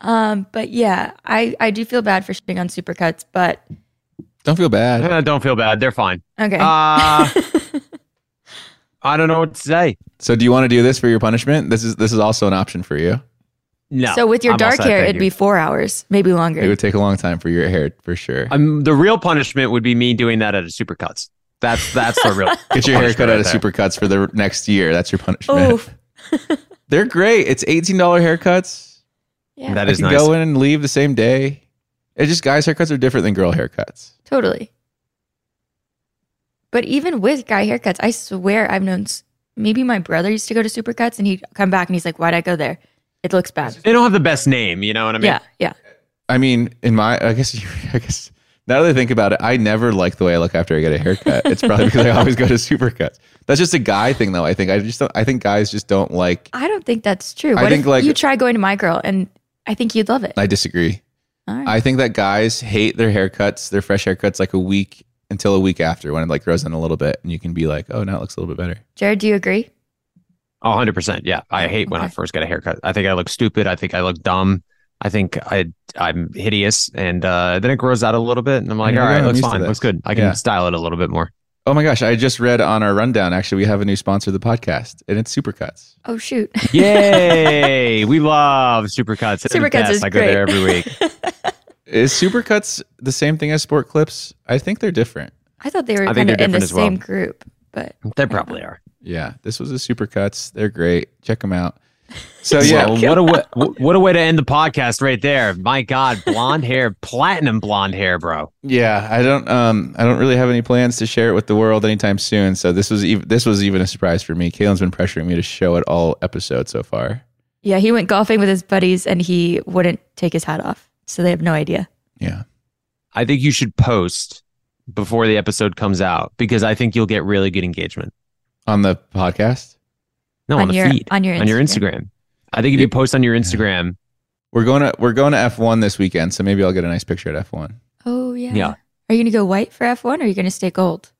C: Um, but yeah, I I do feel bad for shitting on supercuts, but
B: Don't feel bad.
A: don't feel bad. They're fine.
C: okay.
A: Uh, I don't know what to say.
B: So do you want to do this for your punishment? This is this is also an option for you.
A: No.
C: so with your
A: I'm all
C: dark
A: set,
C: hair,
A: thank
C: it'd
A: you.
C: be four hours, maybe longer.
B: It would take a long time for your hair for sure.
A: Um, the real punishment would be me doing that at a supercuts. That's that's the real.
B: Get your hair cut
A: punishment
B: out of
A: right there.
B: supercuts for the next year. That's your punishment.
C: Oof.
B: They're great. It's eighteen dollar haircuts.
C: Yeah.
A: That
B: I
A: is
B: can
A: nice.
B: go in and leave the same day. It's just guys' haircuts are different than girl haircuts.
C: Totally. But even with guy haircuts, I swear I've known s- maybe my brother used to go to Supercuts and he'd come back and he's like, Why'd I go there? It looks bad.
A: They don't have the best name. You know what I mean?
C: yeah, yeah.
B: I mean, in my, I guess, you, I guess now that I think about it, I never like the way I look after I get a haircut. It's probably because I always go to supercuts. That's just a guy thing, though. I think I just, don't, I think guys just don't like.
C: I don't think that's true.
B: I
C: What
B: think,
C: if
B: like-
C: you try going to my girl and I think you'd love it.
B: I disagree.
C: All right.
B: I think that guys hate their haircuts, their fresh haircuts, like a week until a week after when it like grows in a little bit, and you can be like, oh, now it looks a little bit better.
C: Jared, do you agree?
A: A hundred percent. Yeah, I hate when I first get a haircut. I think I look stupid. I think I look dumb. I think I I'm hideous, and uh, then it grows out a little bit, and I'm like,
B: There
A: all
B: you go.
A: right,
B: I'm
A: looks
B: used to
A: fine,
B: this."
A: looks good. I can
B: Yeah.
A: style it a little bit more.
B: Oh my gosh! I just read on our rundown. Actually, we have a new sponsor of the podcast, and it's Supercuts.
C: Oh shoot.
A: Yay! we love supercuts. They're the
C: Supercuts
A: best.
C: is
A: I go there
C: great.
A: every week.
B: Is Supercuts the same thing as Sport Clips? I think they're different.
C: I thought they were
A: I think
C: kind of
A: they're
C: in the
A: different as well.
C: same group, but
A: they probably are.
B: Yeah, this was a Supercuts. They're great. Check them out. So
A: yeah,
B: Oh, yeah,
A: what a way, what a way to end the podcast right there. My God, blonde hair, platinum blonde hair, bro.
B: yeah. I don't um I don't really have any plans to share it with the world anytime soon. So this was even this was even a surprise for me. Kalen's been pressuring me to show it all episodes so far.
C: yeah, he went golfing with his buddies and he wouldn't take his hat off. So they have no idea.
B: Yeah.
A: I think you should post before the episode comes out because I think you'll get really good engagement.
B: On the podcast,
A: No, on, the
C: your
A: feed
C: on your Instagram.
A: on your Instagram. I think if you post on your Instagram,
B: we're going to we're going to F1 this weekend, so maybe I'll get a nice picture at F1.
C: Oh yeah.
A: Yeah.
C: Are you gonna go white for F one or are you gonna stay gold?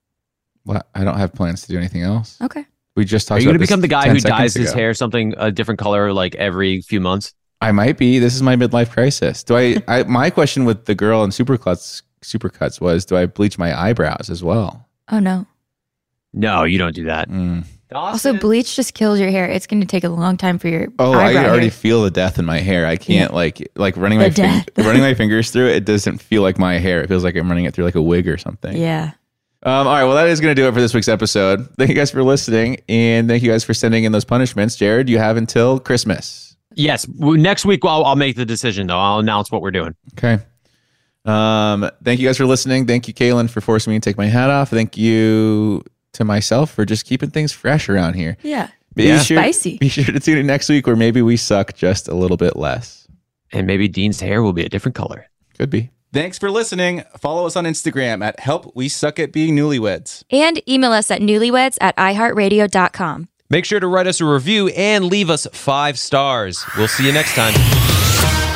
B: Well, I don't have plans to do anything else.
C: Okay.
B: We just talked
A: Oh. are you going
B: about
A: to become
B: this
A: the guy
B: 10
A: who
B: seconds
A: dyes his
B: ago.
A: hair something a different color like every few months?
B: I might be. This is my midlife crisis. Do I, I my question with the girl in Supercuts Supercuts was do I bleach my eyebrows as well?
C: Oh no.
A: No, you don't do that.
B: Mm.
C: Also, bleach just kills your hair. It's going to take a long time for your
B: Oh,
C: eyebrow
B: I already
C: hair.
B: feel the death in my hair. I can't like like running
C: The
B: my fin-
C: death.
B: running my fingers through it. It doesn't feel like my hair. It feels like I'm running it through like a wig or something.
C: Yeah.
B: Um, all right. Well, that is going to do it for this week's episode. Thank you guys for listening, and thank you guys for sending in those punishments. Jared, you have until Christmas.
A: Yes, w- next week I'll, I'll make the decision though. I'll announce what we're doing.
B: Okay. Um, thank you guys for listening. Thank you, Kaylin, for forcing me to take my hat off. Thank you to myself for just keeping things fresh around here.
C: Yeah.
B: Be
A: Yeah.
B: sure,
C: Spicy.
B: Be sure to tune in next week where maybe we suck just a little bit less.
A: And maybe Dean's hair will be a different color.
B: Could be. Thanks for listening. Follow us on Instagram at Help We Suck at Being Newlyweds.
C: And email us at newlyweds at iheartradio.com.
D: Make sure to write us a review and leave us five stars. We'll see you next time.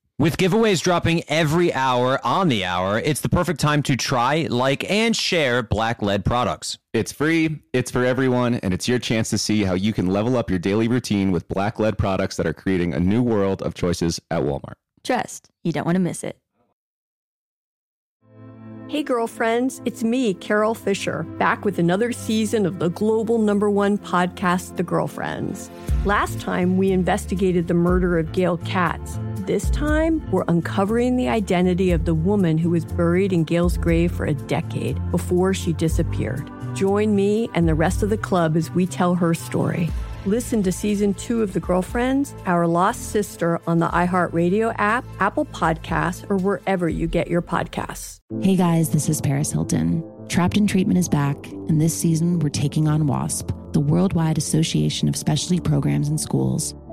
A: With giveaways dropping every hour on the hour, it's the perfect time to try, like, and share Black Lead products.
E: It's free, it's for everyone, and it's your chance to see how you can level up your daily routine with black lead products that are creating a new world of choices at Walmart.
C: Trust, you don't want to miss it.
G: Hey, girlfriends, it's me, Carol Fisher, back with another season of the global number one podcast, The Girlfriends. Last time, we investigated the murder of Gail Katz. This time, we're uncovering the identity of the woman who was buried in Gail's grave for a decade before she disappeared. Join me and the rest of the club as we tell her story. Listen to season two of The Girlfriends, Our Lost Sister on the iHeartRadio app, Apple Podcasts, or wherever you get your podcasts.
O: Hey guys, this is Paris Hilton. Trapped in Treatment is back, and this season we're taking on WASP, the Worldwide Association of Specialty Programs and Schools.